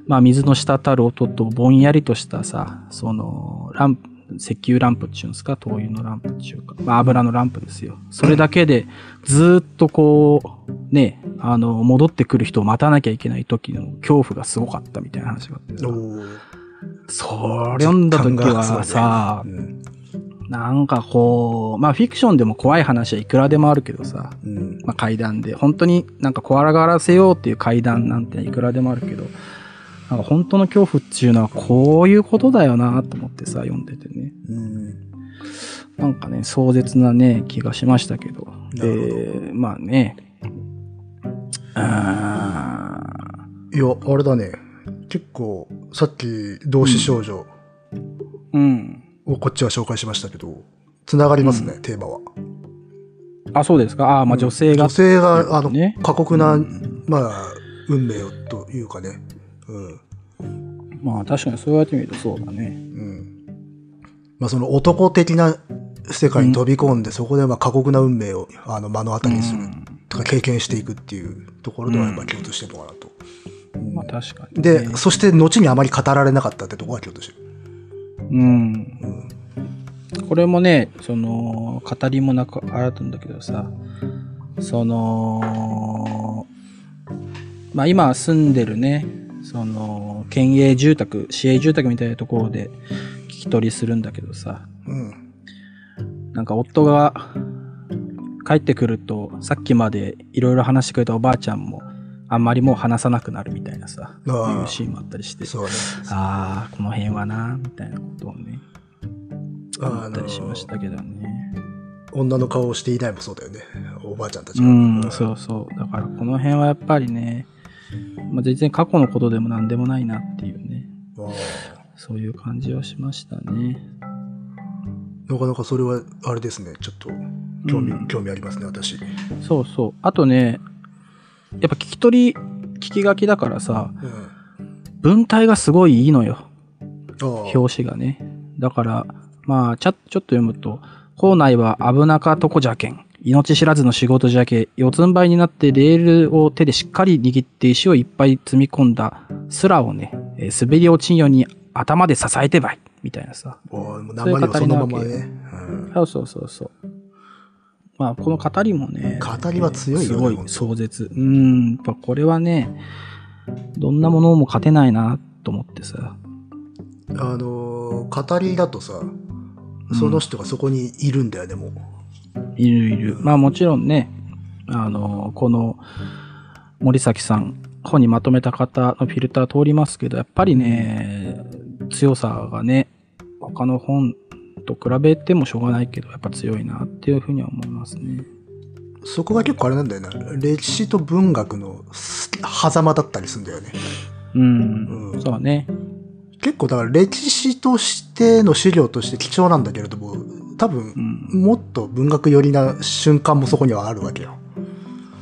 Speaker 1: まあ水の滴る音とぼんやりとしたさ、その、ランプ、石油ランプっちゅうんですか、灯油のランプっちゅうか、まあ油のランプですよ。それだけで、ずーっとこう、ね、あの、戻ってくる人を待たなきゃいけない時の恐怖がすごかったみたいな話があってさ
Speaker 2: おー
Speaker 1: それ読んだ時は
Speaker 2: 実感がすご
Speaker 1: さ
Speaker 2: い、ね
Speaker 1: なんかこう、まあフィクションでも怖い話はいくらでもあるけどさ、
Speaker 2: うん。うん。
Speaker 1: まあ、階段で、本当になんか怖がらせようっていう階段なんていくらでもあるけど、なんか本当の恐怖っていうのはこういうことだよなと思ってさ、読んでてね。
Speaker 2: うん。
Speaker 1: なんかね、壮絶なね、気がしましたけど。
Speaker 2: な
Speaker 1: で、まあね、あ
Speaker 2: いや、あれだね。結構、さっき、同志少女
Speaker 1: ーうん。
Speaker 2: をこっちは紹介しましたけど、つながりますね、テーマは。
Speaker 1: あ、そうですか。あーまあ女性が。
Speaker 2: 女性が、あの、
Speaker 1: ね
Speaker 2: 過酷な、
Speaker 1: うん
Speaker 2: まあ、運命をというかね。うん。
Speaker 1: まあ確かにそうやってみるとそうだね。
Speaker 2: うん。まあ、その男的な世界に飛び込んで、そこでまあ過酷な運命をあの目の当たりにする、とか経験していくっていうところではやっぱ共通してるのかな
Speaker 1: う
Speaker 2: と。
Speaker 1: んまあ確かに、ね。
Speaker 2: で、そして後にあまり語られなかったってところが共通してる。
Speaker 1: うん。
Speaker 2: うん。
Speaker 1: これもねその語りもなくあったんだけどさそのまあ今住んでるねその県営住宅市営住宅みたいなところで聞き取りするんだけどさ
Speaker 2: うん。
Speaker 1: なんか夫が帰ってくるとさっきまでいろいろ話してくれたおばあちゃんもあんまりもう話さなくなるみたいなさい
Speaker 2: ああ
Speaker 1: うシーンもあったりして
Speaker 2: そうね。
Speaker 1: ああこの辺はなみたいなことをね思
Speaker 2: あ
Speaker 1: ったりしま
Speaker 2: の
Speaker 1: し、たけどね。
Speaker 2: 女の顔をしていないもそうだよね。おばあちゃんたち
Speaker 1: う
Speaker 2: は。
Speaker 1: ん、そうそう。だからこの辺はやっぱりね、まあ、全然過去のことでも何でもないなっていうね、
Speaker 2: ああ
Speaker 1: そういう感じはしましたね。
Speaker 2: なかなかそれは、あれですね。ちょっと、興味、
Speaker 1: うん
Speaker 2: 興味ありますね、私。う
Speaker 1: そうそう。あとね、やっぱ聞き取り、聞き書きだからさ、
Speaker 2: ん。あ
Speaker 1: 文体がすごいいいのよ。
Speaker 2: あ。
Speaker 1: 表紙がね。だから、まあ、ちゃ、ちょっと読むと、校内は危なかとこじゃけん。命知らずの仕事じゃけ、四つん這いになってレールを手でしっかり握って石をいっぱい積み込んだスラをね、えー滑り落ちんように頭で支えてばい。みたいなさ。
Speaker 2: ああもう名前はそのまま
Speaker 1: そう
Speaker 2: ね。うん
Speaker 1: そうそうそうそう。まあ、この語りもね。
Speaker 2: 語りは強いよね
Speaker 1: すごい
Speaker 2: 本当に
Speaker 1: 壮絶。うん、やっぱこれはね、どんなものも勝てないなと思ってさ。
Speaker 2: あのー語りだとさその人がそこにいるんだよね、もう
Speaker 1: いるいる。まあもちろんね、あの、この森崎さん、本にまとめた方のフィルター通りますけど、やっぱりね、強さがね、他の本と比べてもしょうがないけど、やっぱ強いなっていうふうには思いますね。
Speaker 2: そこが結構あれなんだよな歴史と文学のす狭間だったりするんだよね
Speaker 1: うん、
Speaker 2: うん
Speaker 1: そうね。
Speaker 2: 結構だから歴史としての資料として貴重なんだけれども多
Speaker 1: う
Speaker 2: 分
Speaker 1: ん、
Speaker 2: もっと文学寄りな瞬間もそこにはあるわけよ、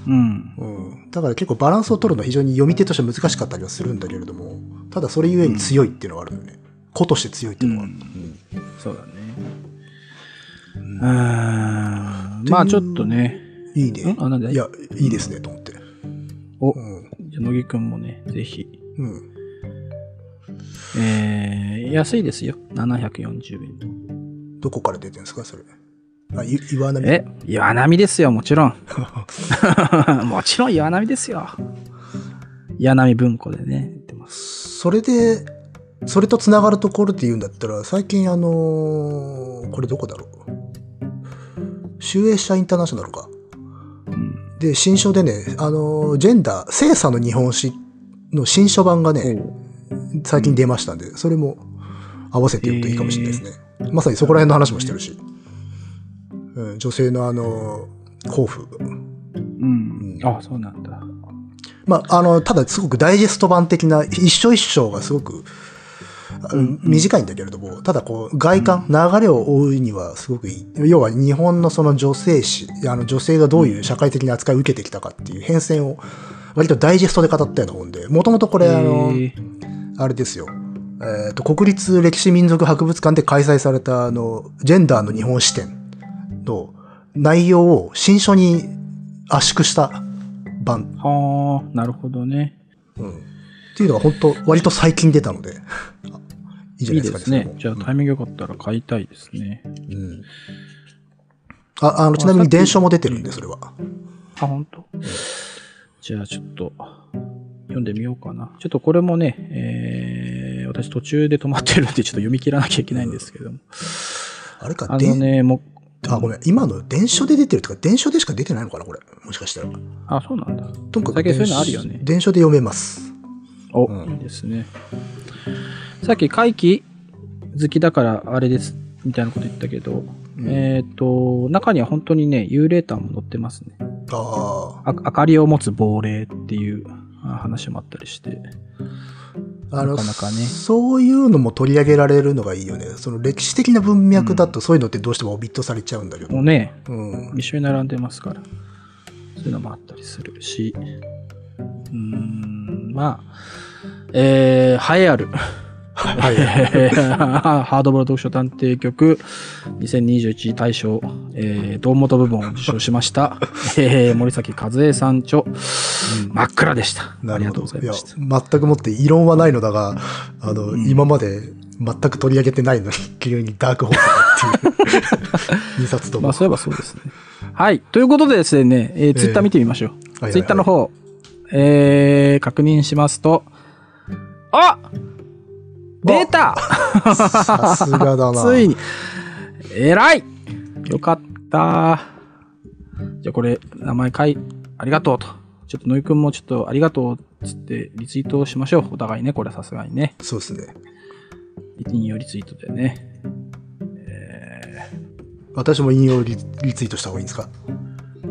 Speaker 1: うん、
Speaker 2: うん、だから結構バランスを取るのは非常に読み手としては難しかったりはするんだけれどもただそれゆえに強いっていうのはあるよね、子として強いっていうのはある、
Speaker 1: そうだね。うん、まあちょっとね、
Speaker 2: いいね
Speaker 1: んあなんで
Speaker 2: いやいいですねと思って
Speaker 1: お
Speaker 2: う、ん
Speaker 1: じゃあ乃木くんもね、ぜひ、
Speaker 2: うん
Speaker 1: えー、安いですよ。740円。
Speaker 2: どこから出てるんですか、それ。あ、い岩波。
Speaker 1: え、岩波ですよ、もちろ ん。もちろん岩波ですよ。岩波文庫でね、言ってます。
Speaker 2: それで、それとつながるところって言うんだったら、最近、あのーこれどこだろう。集英社インターナショナルか。
Speaker 1: うん。
Speaker 2: で、新書でね、あのージェンダー、性差の日本史の新書版がね、最近出ましたんで、それも合わせて言うといいかもしれないですね。まさにそこら辺の話もしてるし。うん、女性のあのー、抱負。
Speaker 1: うん。あ、そうなんだ。
Speaker 2: まあ、あの、ただすごくダイジェスト版的な、一章一章がすごく、あの短いんだけれども、ただこう、外観、流れを追うにはすごくいい。要は日本のその女性史、あの女性がどういう社会的な扱いを受けてきたかっていう変遷を、割とダイジェストで語ったような本で、もともとこれ、あの、
Speaker 1: え
Speaker 2: あれですよ。えーと、国立歴史民族博物館で開催された、あの、ジェンダーの日本視点の内容を新書に圧縮した版。
Speaker 1: ー、はあ、なるほどね。
Speaker 2: うん。っていうのが本当割と最近出たので。あいいじゃ
Speaker 1: い
Speaker 2: ないいです
Speaker 1: で
Speaker 2: か、
Speaker 1: すね
Speaker 2: そ。れ
Speaker 1: じゃあ
Speaker 2: も
Speaker 1: タイミングよかったら買いたいですね。
Speaker 2: うんうんあ、あの、ちなみに伝書も出てるんで、それは。
Speaker 1: あ、本当。じゃあちょっと読んでみようかな。ちょっとこれもね、えー私途中で止まってるんでちょっと読み切らなきゃいけないんですけども。
Speaker 2: あれか、
Speaker 1: あ
Speaker 2: で
Speaker 1: のね、もう、
Speaker 2: あ、ごめん。今の伝書で出てるとか、伝書でしか出てないのかな、これ。もしかしたら。
Speaker 1: あ、そうなんだ。
Speaker 2: とにかく
Speaker 1: 最近そういうのあるよね
Speaker 2: 伝書で読めます。
Speaker 1: お、
Speaker 2: うん
Speaker 1: いいですね。さっき回帰好きだからあれですみたいなこと言ったけど、
Speaker 2: うん
Speaker 1: えっ、と、中には本当にね、幽霊譚も載ってますね。
Speaker 2: ああ。
Speaker 1: あ明かりを持つ亡霊っていうあ話もあったりして。
Speaker 2: あの
Speaker 1: なかなかね
Speaker 2: そういうのも取り上げられるのがいいよね。その歴史的な文脈だとそういうのってどうしてもオビットされちゃうんだけど。
Speaker 1: もうね、
Speaker 2: うん。
Speaker 1: 一緒に並んでますから。そういうのもあったりするし。うーん、まあ、えー、栄えある。
Speaker 2: はい。
Speaker 1: ハードボール読書探偵局2021大賞、えー、堂本部門を受賞しました、 えー、森崎和恵さん著、真っ暗でした。あ
Speaker 2: な
Speaker 1: り
Speaker 2: る
Speaker 1: が
Speaker 2: ほ
Speaker 1: とうござ
Speaker 2: ど。
Speaker 1: い
Speaker 2: いや、
Speaker 1: ました。
Speaker 2: 全くもって異論はないのだが、あの、
Speaker 1: ん
Speaker 2: 今まで全く取り上げてないのに、急にダークホースだ っていう二冊と
Speaker 1: ま
Speaker 2: も。
Speaker 1: あそういえばそうですね。はい。ということでですね、えー、ツイッター見てみましょう。
Speaker 2: いはい
Speaker 1: ツイッターの方、えー、確認しますと、あ出た
Speaker 2: さすがだな。
Speaker 1: ついに。えらいよかった。じゃあこれ、名前書い、ありがとうと。ちょっと、のいくんもちょっと、ありがとうっつって、リツイートをしましょう。お互いね、これはさすがにね。
Speaker 2: そうですね。
Speaker 1: 引用リツイートでね。
Speaker 2: 私も引用リリツイートした方がいいんですか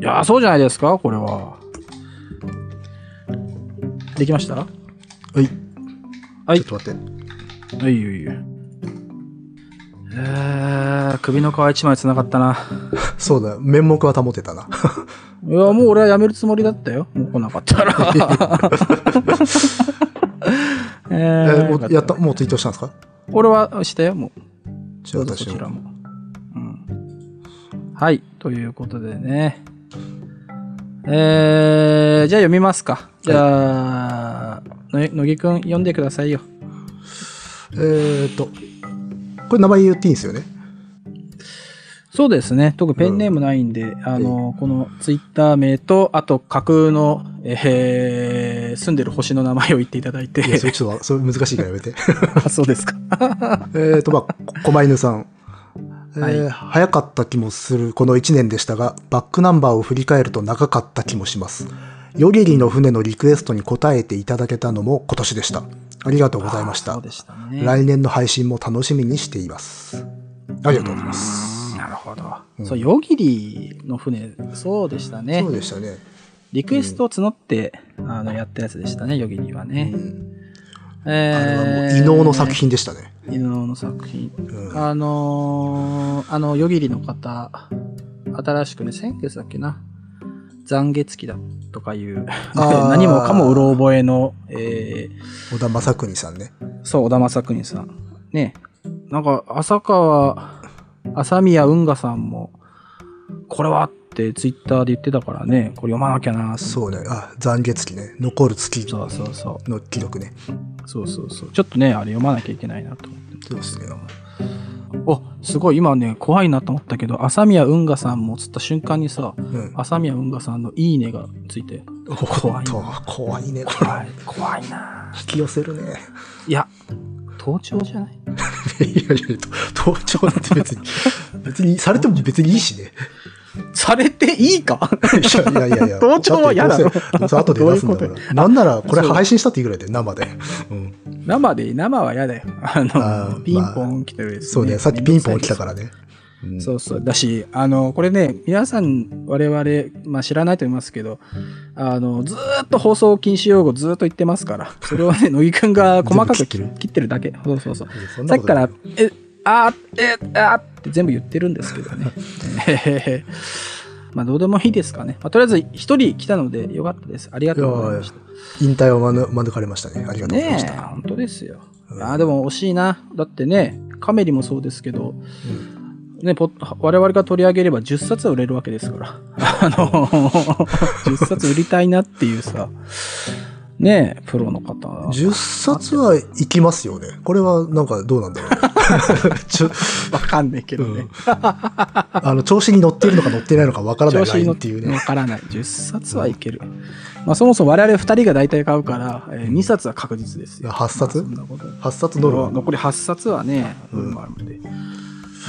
Speaker 1: いやー、そうじゃないですか、これは。できました
Speaker 2: はい。
Speaker 1: はい
Speaker 2: ちょっと待って。
Speaker 1: はいいよいいよ。えー、首の皮一枚繋がったな。
Speaker 2: そうだ、面目は保てたな。
Speaker 1: いや、もう俺は辞めるつもりだったよ。もう来なか ったら。え
Speaker 2: え
Speaker 1: ー
Speaker 2: ーもうやった、もうツイートしたんですか
Speaker 1: 俺はしたよ、もう。
Speaker 2: じゃあ私
Speaker 1: こ
Speaker 2: も
Speaker 1: ちらも。うん。はい、ということでね。えー、じゃあ読みますか。じゃあ、の乃木くん読んでくださいよ。
Speaker 2: えー、っと、これ名前言っていいんです よね。
Speaker 1: そうですね。特にペンネームないんで、あの、このツイッター名と、あと架空の、えー住んでる星の名前を言っていただいて。
Speaker 2: いや、それちょっと、それ難しいからやめて。
Speaker 1: あ そうですか。
Speaker 2: えっと、まあ、こ狛犬さん。えー
Speaker 1: はい
Speaker 2: 早かった気もするこの1年でしたが、バックナンバーを振り返ると長かった気もします。ヨゲリの船のリクエストに応えていただけたのも今年でした。ありがとうございまし
Speaker 1: あそ
Speaker 2: た
Speaker 1: う。でしたね。
Speaker 2: 来年の配信も楽しみにしています。ありがとうございます。
Speaker 1: なるほど。
Speaker 2: うん
Speaker 1: そう、ヨギリの船、そうでしたね
Speaker 2: そう。でしたね。
Speaker 1: リクエストを募って、あの、やったやつでしたね、ヨギリはね
Speaker 2: う。ん
Speaker 1: えー
Speaker 2: あれはもう異能の作。品でしたね。
Speaker 1: 異能の作品。
Speaker 2: うん
Speaker 1: あのーあの、ヨギリの方、新しくね、先月だっけな、残月期だとか いう、
Speaker 2: あー
Speaker 1: 何もかもうろ覚えの、え
Speaker 2: 小田正邦さんね。
Speaker 1: ーそう、小田正邦さん。ね、なんか、浅川、浅宮運河さんも、これはってツイッターで言ってたからね、これ読まなきゃなと
Speaker 2: そうね。あ、残月期ね。残る月
Speaker 1: そうそうそう。
Speaker 2: の記録ね。
Speaker 1: そうそうそう。ちょっとね、あれ読まなきゃいけないなと思って。
Speaker 2: そうですね。
Speaker 1: おすごい今ね怖いなと思ったけど朝宮運河さんもつった瞬間にさ
Speaker 2: うん。
Speaker 1: 朝宮運河さんの「いいね」がついて怖い
Speaker 2: と怖いね。これ
Speaker 1: 怖い怖いな
Speaker 2: 引き寄せるね。
Speaker 1: いや盗聴じゃない
Speaker 2: いやいやいや、盗聴なんて別に、 別に、されても別にいいしね。
Speaker 1: されていいか
Speaker 2: いやいやいやい や。
Speaker 1: 盗聴は嫌だろ
Speaker 2: って どうせ後で出すんだ
Speaker 1: どう
Speaker 2: から。なんなら、これ
Speaker 1: そう
Speaker 2: 配信したっていいぐらいで、生で。うん。
Speaker 1: 生で生は嫌だよあの
Speaker 2: あー
Speaker 1: ピンポン来たようです、
Speaker 2: そうね、さっきピンポン来たからね。うん
Speaker 1: そうそう。だし、あの、これね、皆さん、我々、まあ知らないと思いますけど、あの、ずーっと放送禁止用語ずーっと言ってますから、それを ね、乃木くんが細かく切
Speaker 2: 全部切って
Speaker 1: 切ってるだけ。そうそうそう。
Speaker 2: うんそん
Speaker 1: さ
Speaker 2: な
Speaker 1: っき
Speaker 2: こ
Speaker 1: か
Speaker 2: とない
Speaker 1: ら、え、あー、え、あーって全部言ってるんですけど ね。えへへへまあ、どうでもいいですかね。まあ、とりあえず、一人来たので、よかったです。ありがとうございました。
Speaker 2: 引退を免免れましたね。ありがとうございま
Speaker 1: ね
Speaker 2: し
Speaker 1: え、
Speaker 2: た。
Speaker 1: 本当ですよ。
Speaker 2: うん
Speaker 1: あーでも惜しいな。だってね、カメリもそうですけど、
Speaker 2: うん
Speaker 1: ね、ポッ我々が取り上げれば10冊は売れるわけです から。あの、10冊売りたいなっていうさ、ねえ、プロの方は。
Speaker 2: 10冊はいきますよね。これはなんかどう なんだろう、ねちょ
Speaker 1: わかんないけど
Speaker 2: う
Speaker 1: ね
Speaker 2: ん。あの調子に乗っているのか乗っていないのかわからな
Speaker 1: 調
Speaker 2: い
Speaker 1: 子
Speaker 2: ラ
Speaker 1: に
Speaker 2: イ
Speaker 1: 乗
Speaker 2: ン
Speaker 1: っ
Speaker 2: って
Speaker 1: て
Speaker 2: いう
Speaker 1: わ
Speaker 2: ね。
Speaker 1: からない。10冊はいける。まあそもそも我々2人が大体買うから、えー2冊は確実ですよ。
Speaker 2: 8冊
Speaker 1: そんなこと
Speaker 2: 8冊乗るわ
Speaker 1: 残り8冊はね、
Speaker 2: うん
Speaker 1: 運もあるので。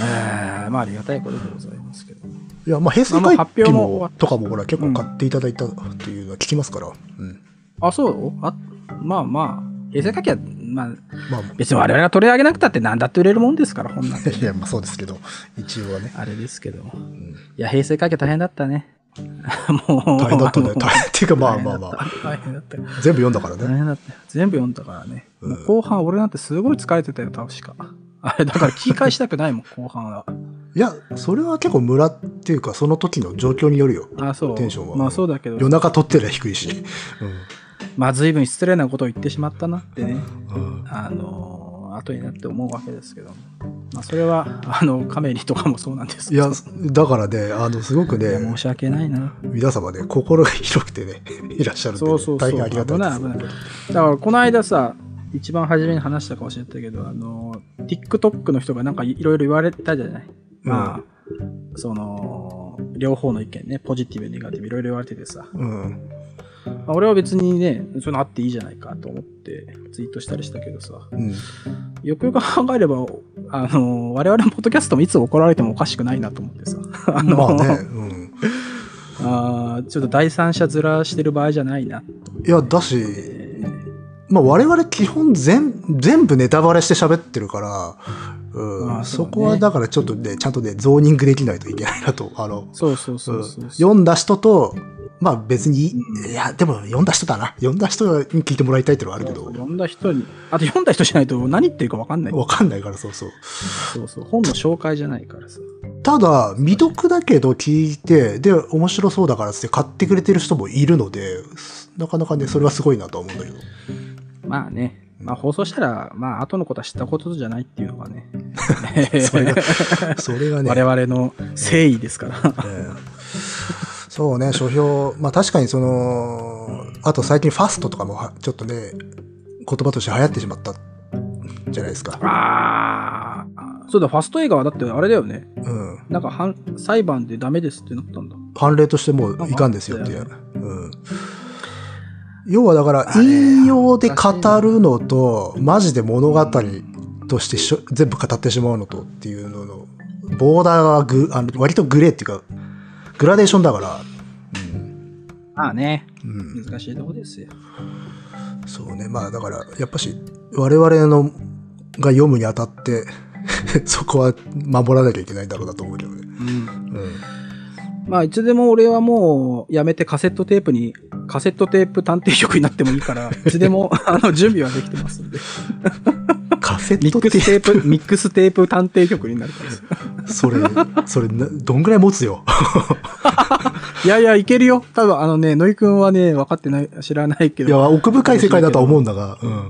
Speaker 1: えーまあありがたいことでございますけど。
Speaker 2: いや、まあ、平成
Speaker 1: まあもう
Speaker 2: 会期
Speaker 1: 発表も終わ
Speaker 2: も
Speaker 1: っ
Speaker 2: とかもほら、結構買っていただいたっていうのは聞きますから。うん。
Speaker 1: あ、そうあまあまあ、平成書きは、まあ、
Speaker 2: まあ、
Speaker 1: 別に我々が取り上げなくたって何だって売れるもんですから、本なんて。
Speaker 2: いや、まあそうですけど、一応はね。
Speaker 1: あれですけども。
Speaker 2: うん
Speaker 1: いや、平成会計大変だったね。 もう。
Speaker 2: 大変だったね。
Speaker 1: あの
Speaker 2: 大変っていうか、 まあまあまあ、
Speaker 1: 大変だった。大変だっ
Speaker 2: 全部読んだから
Speaker 1: た。大
Speaker 2: ね。
Speaker 1: 変だった。全部読んだからね。
Speaker 2: うん
Speaker 1: もう後半、俺なんてすごい疲れてたよ、確か。あれ、だから聞き返したくないもん、後半は。
Speaker 2: いや、それは結構村っていうか、その時の状況によるよ。
Speaker 1: あ、そう。
Speaker 2: テンションは
Speaker 1: まあそうだけ
Speaker 2: 夜
Speaker 1: ど、
Speaker 2: 中撮ってりゃ低いし。
Speaker 1: まあ随分失礼なことを言ってしまったなってね。
Speaker 2: うん。うん
Speaker 1: あのー後になって思うわけですけども。まあそれは、あの、カメリとかもそうなんです
Speaker 2: い
Speaker 1: けど。
Speaker 2: や、だからね、あの、すごく
Speaker 1: いや
Speaker 2: ね、
Speaker 1: 申し訳ないな。
Speaker 2: 皆様ね、心が広くてね、 いらっしゃるんでね、
Speaker 1: そうそうそう
Speaker 2: 大変ありがたいです。
Speaker 1: 危ない危だからこの間さ一番初めに話したかもしれないけどあの TikTok の人がなんかいろいろ言われたじゃない、まあその両方の意見ねポジティブネガティブいろいろ言われててさ、
Speaker 2: うん。うん。
Speaker 1: まあ、俺は別にねそういうのあっていいじゃないかと思ってツイートしたりしたけどさ
Speaker 2: うん。
Speaker 1: よくよく考えればあの我々のポッドキャストもいつ怒られてもおかしくないなと思ってさあの
Speaker 2: まあね、うん。
Speaker 1: あーちょっと第三者面してる場合じゃないな、
Speaker 2: いや、だし、
Speaker 1: えー
Speaker 2: まあ、我々基本全全部ネタバレして喋ってるから、うん
Speaker 1: まあ
Speaker 2: そ
Speaker 1: そうね
Speaker 2: こはだからちょっとねちゃんとねゾーニングできないといけないなとあの
Speaker 1: そうそうそうそう
Speaker 2: うん読んだ人とまあ別に
Speaker 1: う
Speaker 2: いやでも読んだ人だな読んだ人に聞いてもらいたいっていうのはあるけど
Speaker 1: 読んだ人に、あと読んだ人じゃないと何言ってるか分かんない。
Speaker 2: わかんないからそうそう
Speaker 1: そうそう。本の紹介じゃないからさ。
Speaker 2: ただ未読だけど聞いてで面白そうだからっつって買ってくれてる人もいるのでなかなかねそれはすごいなとは思うん だけど
Speaker 1: まあね。まあ放送したら、まあ後のことは知ったことじゃないっていうのがね。
Speaker 2: それがそれがね
Speaker 1: 我々の誠意です から。
Speaker 2: ええそうね、書評、まあ確かにその、あと最近ファストとかもはちょっとね、言葉として流行ってしまったじゃないですか。
Speaker 1: ああ。そうだ、ファスト映画はだってあれだよね。
Speaker 2: うん。
Speaker 1: なんか判裁判でダメですってなったんだ。
Speaker 2: 判例としてもういかんですよっていう。うん。要はだから、
Speaker 1: あれ
Speaker 2: 引用で語るのと、マジで物語としてしょ全部語ってしまうのとっていうのの、ボーダーはグあの割とグレーっていうか、グラデーションだから、
Speaker 1: まあね。
Speaker 2: うん。
Speaker 1: 難しいとこですよ。
Speaker 2: そうねまあだからやっぱし我々のが読むにあたって そこは守らなきゃいけないんだろうなと思うけどね。
Speaker 1: うん。
Speaker 2: うん、
Speaker 1: まあいつでも俺はもうやめてカセットテープに、カセットテープ探偵局になってもいい から、いつでもあの準備はできてますんで。
Speaker 2: カセッ
Speaker 1: ミ
Speaker 2: ト
Speaker 1: ッ
Speaker 2: って
Speaker 1: クステープ、ミックステープ探偵局になるからです。
Speaker 2: それそれなどんぐらい持つよ。
Speaker 1: いやいや、いけるよ。多分あのね、ノイ君はね、分かってない、知らないけ
Speaker 2: いや
Speaker 1: ど、
Speaker 2: 奥深い世界だとは思うんだが、うん、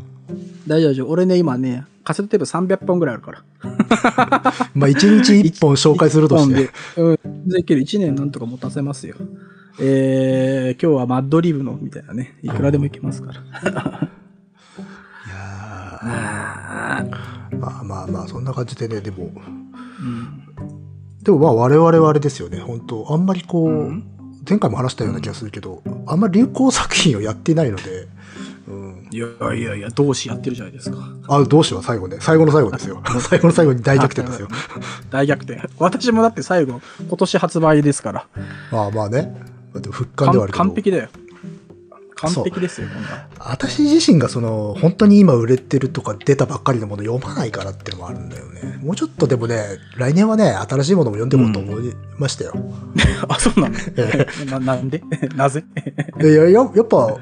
Speaker 1: 大丈夫大丈夫。俺ね、今ね、カセットテープ300本ぐらいあるから。
Speaker 2: まあ一日一本紹介するとし
Speaker 1: 一
Speaker 2: て。
Speaker 1: 本で。うん。できる。1年なんとか持たせますよ。えー、今日はマッドリブの、みたいなね。いくらでもいけますから。
Speaker 2: いやーまあまあまあそんな感じでねでも
Speaker 1: うん。
Speaker 2: でもまあ我々はあれですよね本当あんまりこう、
Speaker 1: うん
Speaker 2: 前回も話したような気がするけどあんまり流行作品をやってないので。うん
Speaker 1: いやいやいや、同志やってるじゃないですか。
Speaker 2: あ、どうしよう、最後ね。最後の最後ですよ。 最後の最後に大逆転ですよ。
Speaker 1: 大逆転。私もだって最後、今年発売ですから。
Speaker 2: まあまあね。でも復刊では
Speaker 1: 完
Speaker 2: あるけど。
Speaker 1: 完璧だよ。完璧ですよ、こんな。
Speaker 2: 私自身がその本当に今売れてるとか出たばっかりのもの読まないからってのもあるんだよねもうちょっとでもね来年はね新しいものも読んでもと思いましたよ、
Speaker 1: あ、そうなの
Speaker 2: え
Speaker 1: ななんで なぜ
Speaker 2: えいやややっぱ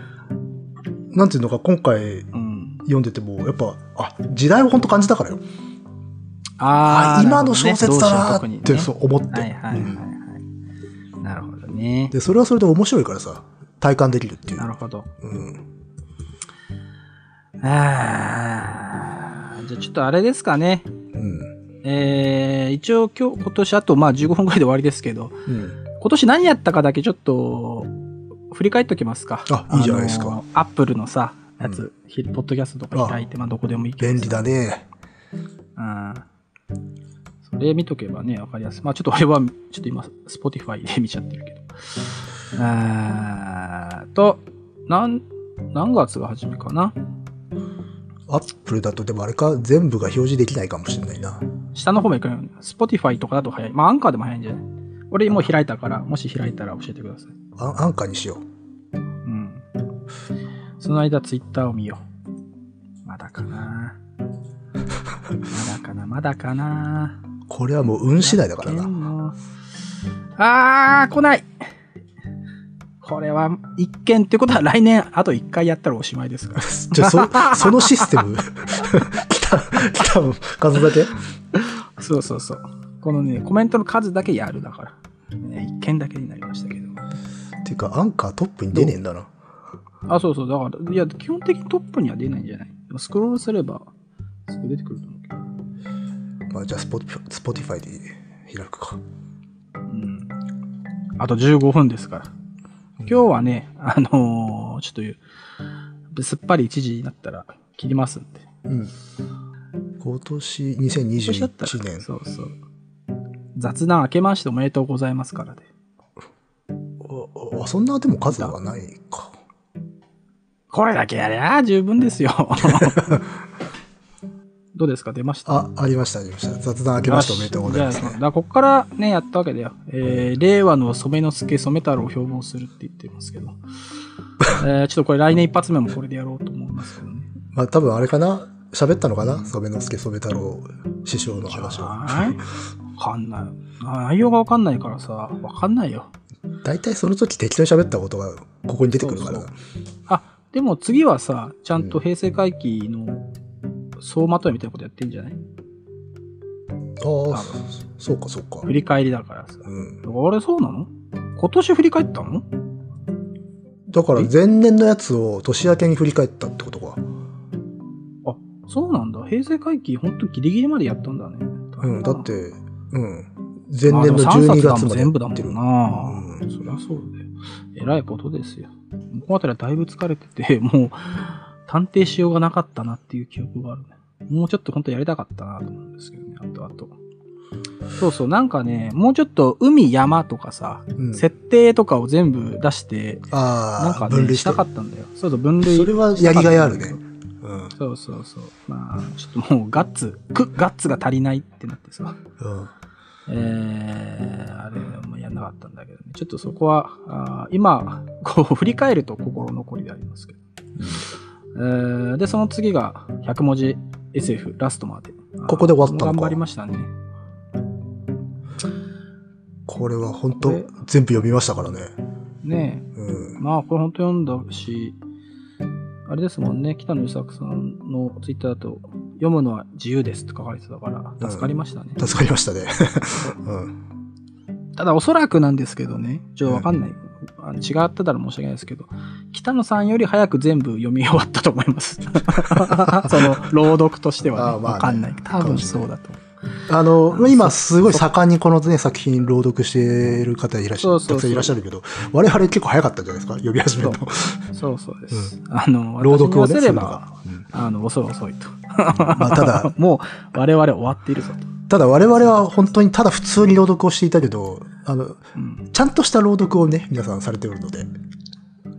Speaker 2: なんていうのか今回
Speaker 1: うん。
Speaker 2: 読んでてもやっぱあ時代を本当感じたからよ
Speaker 1: あ
Speaker 2: あ
Speaker 1: ー
Speaker 2: 今の小説だ
Speaker 1: な
Speaker 2: な
Speaker 1: るほど
Speaker 2: っ
Speaker 1: ね
Speaker 2: て
Speaker 1: 同志
Speaker 2: そ
Speaker 1: は
Speaker 2: う思って、
Speaker 1: 特にねはいはいはいは
Speaker 2: うん
Speaker 1: い。なるほどね。
Speaker 2: でそれはそれで面白いからさ体感できるってい
Speaker 1: な
Speaker 2: う、
Speaker 1: るほど。
Speaker 2: うん、
Speaker 1: あーじゃあちょっとあれですかね。
Speaker 2: うん
Speaker 1: えー、一応今日、今年あとまあ15分ぐらいで終わりですけど、
Speaker 2: うん
Speaker 1: 今年何やったかだけちょっと、振り返っときますか。
Speaker 2: あいいじゃないですか
Speaker 1: のアップルのさ、やつ、
Speaker 2: うん
Speaker 1: ひポッドキャストとか開いて、まあどこでもいいけど。
Speaker 2: 便利だね
Speaker 1: うん。それ見とけばね、わかりやすい。まあちょっと俺は、ちょっと今、Spotify で見ちゃってるけど。あーと、なん、何月が初めかな
Speaker 2: アップルだとでもあれか全部が表示できないかもしれないな
Speaker 1: 下の方も行くよね。Spotify とかだと早い。まあアンカーでも早いんじゃない俺もう開いたから、もし開いたら教えてください。
Speaker 2: あアンカーにしよう
Speaker 1: うん。その間、ツイッターを見よう。まだかな。まだかな、まだかな。
Speaker 2: これはもう運次第だからな。
Speaker 1: な。あー、来ないこれは一件ってことは来年あと一回やったらおしまいですから。
Speaker 2: じゃあそ、そのシステム、 来た、来た数だけ
Speaker 1: そうそうそう。このね、コメントの数だけやるだから。ね、一件だけになりましたけど。
Speaker 2: っていうか、アンカートップに出ねえんだな。
Speaker 1: あ、そうそう。だから、いや、基本的にトップには出ないんじゃないでもスクロールすれば、すぐ出てくると思うけど。
Speaker 2: まあ、じゃあスポ、スポティファイで開くか。
Speaker 1: うん。あと15分ですから。今日はね、あのーちょっと言う、すっぱり1時になったら切りますんで。
Speaker 2: うん。今年
Speaker 1: 今年だったら
Speaker 2: 2021年。
Speaker 1: そうそう。雑談明けましておめでとうございますからで。
Speaker 2: ああそんなでも数はないか。
Speaker 1: これだけやりゃあ十分ですよ。どうですか出ました
Speaker 2: あ、ありました、ありました。雑談明けましておめでとうございます
Speaker 1: よしじゃあ
Speaker 2: ね。
Speaker 1: だからここからね、やったわけだよ。えー、令和の染之助染太郎を標榜するって言ってますけど。えー、ちょっとこれ来年一発目もこれでやろうと思いますけどね。
Speaker 2: まあ、多分あれかな喋ったのかな染之助染太郎師匠の話を。
Speaker 1: はいわかんない。内容がわかんないからさ、わかんないよ。
Speaker 2: 大体その時適当に喋ったことがここに出てくるから
Speaker 1: そう
Speaker 2: な。
Speaker 1: あ、でも次はさ、ちゃんと平成回帰の総まとめみたいなことやってんじゃない
Speaker 2: ああ、
Speaker 1: 多分
Speaker 2: そそうか、そうか
Speaker 1: 振。り返りだからさ。
Speaker 2: うん。
Speaker 1: あれそうなの今年振り返ったの
Speaker 2: だから前年のやつを年明けに振り返ったってことか。
Speaker 1: あ、そうなんだ。平成回帰ほんとギリギリまでやったんだね。
Speaker 2: うん、だって、うん。前年の12月まで
Speaker 1: 全部だ
Speaker 2: や
Speaker 1: も
Speaker 2: ってる
Speaker 1: ん。な。
Speaker 2: うん
Speaker 1: そりゃそうだよ。えらいことですよ。この辺りはだいぶ疲れてて、 もう、探偵しようがなかったなっていう記憶があるね。もうちょっと本当やりたかったなと思うんですけどね、あとあと。そうそう、なんかね、もうちょっと海、山とかさ、
Speaker 2: うん
Speaker 1: 設定とかを全部出して、なん
Speaker 2: ああ、
Speaker 1: か
Speaker 2: 分
Speaker 1: ね、
Speaker 2: 類
Speaker 1: し
Speaker 2: して
Speaker 1: たか
Speaker 2: る。
Speaker 1: ったんだよ。そうそう、分類。
Speaker 2: それはやりがいあるね。うん。
Speaker 1: そうそうそう。まあ、ちょっともうガッツ、く、ガッツが足りないってなってさ。
Speaker 2: うん。
Speaker 1: えー、あれもやんなかったんだけどね。ちょっとそこは、あー今、こう振 り返ると心残りでありますけど。えーで、その次が100文字 SF ラストまで。あー
Speaker 2: ここで終わったのか
Speaker 1: 頑張りましたね。
Speaker 2: これは本
Speaker 1: こ
Speaker 2: 当
Speaker 1: れ
Speaker 2: 全部読みましたからね。
Speaker 1: ね
Speaker 2: う
Speaker 1: え。
Speaker 2: ん。
Speaker 1: まあ、これ本当読んだし、あれですもんね、北野優作さんのツイッターだと、読むのは自由ですって書かれてたから、助かりましたね。
Speaker 2: 助かり ましたね。うん。
Speaker 1: ただおそらくなんですけどね、ちょっとわかんない、あの違ってたら申し訳ないですけど、北野さんより早く全部読み終わったと思います。 その朗読としては、
Speaker 2: あ
Speaker 1: ね、
Speaker 2: ーまあね
Speaker 1: わかんない。多
Speaker 2: かも
Speaker 1: 分
Speaker 2: しれ
Speaker 1: そ
Speaker 2: ないう
Speaker 1: だと思う。
Speaker 2: あの、今すごい盛んにこのね、作品朗読してる方いらっしゃ
Speaker 1: そ
Speaker 2: る、
Speaker 1: うそうそう
Speaker 2: たくさんいらっしゃるけど、我々結構早かったんじゃないですか読み始めるの。
Speaker 1: そうそうです。あの、
Speaker 2: 朗読をね、
Speaker 1: 私に言わせ
Speaker 2: す
Speaker 1: れ
Speaker 2: るの
Speaker 1: ば、
Speaker 2: が。うん
Speaker 1: あの、遅い遅いと。
Speaker 2: まあ、ただ、
Speaker 1: もう我々は終わっているぞと。
Speaker 2: ただ我々は本当にただ普通に朗読をしていたけど、あの、
Speaker 1: うん
Speaker 2: ちゃんとした朗読をね、皆さんされてるので、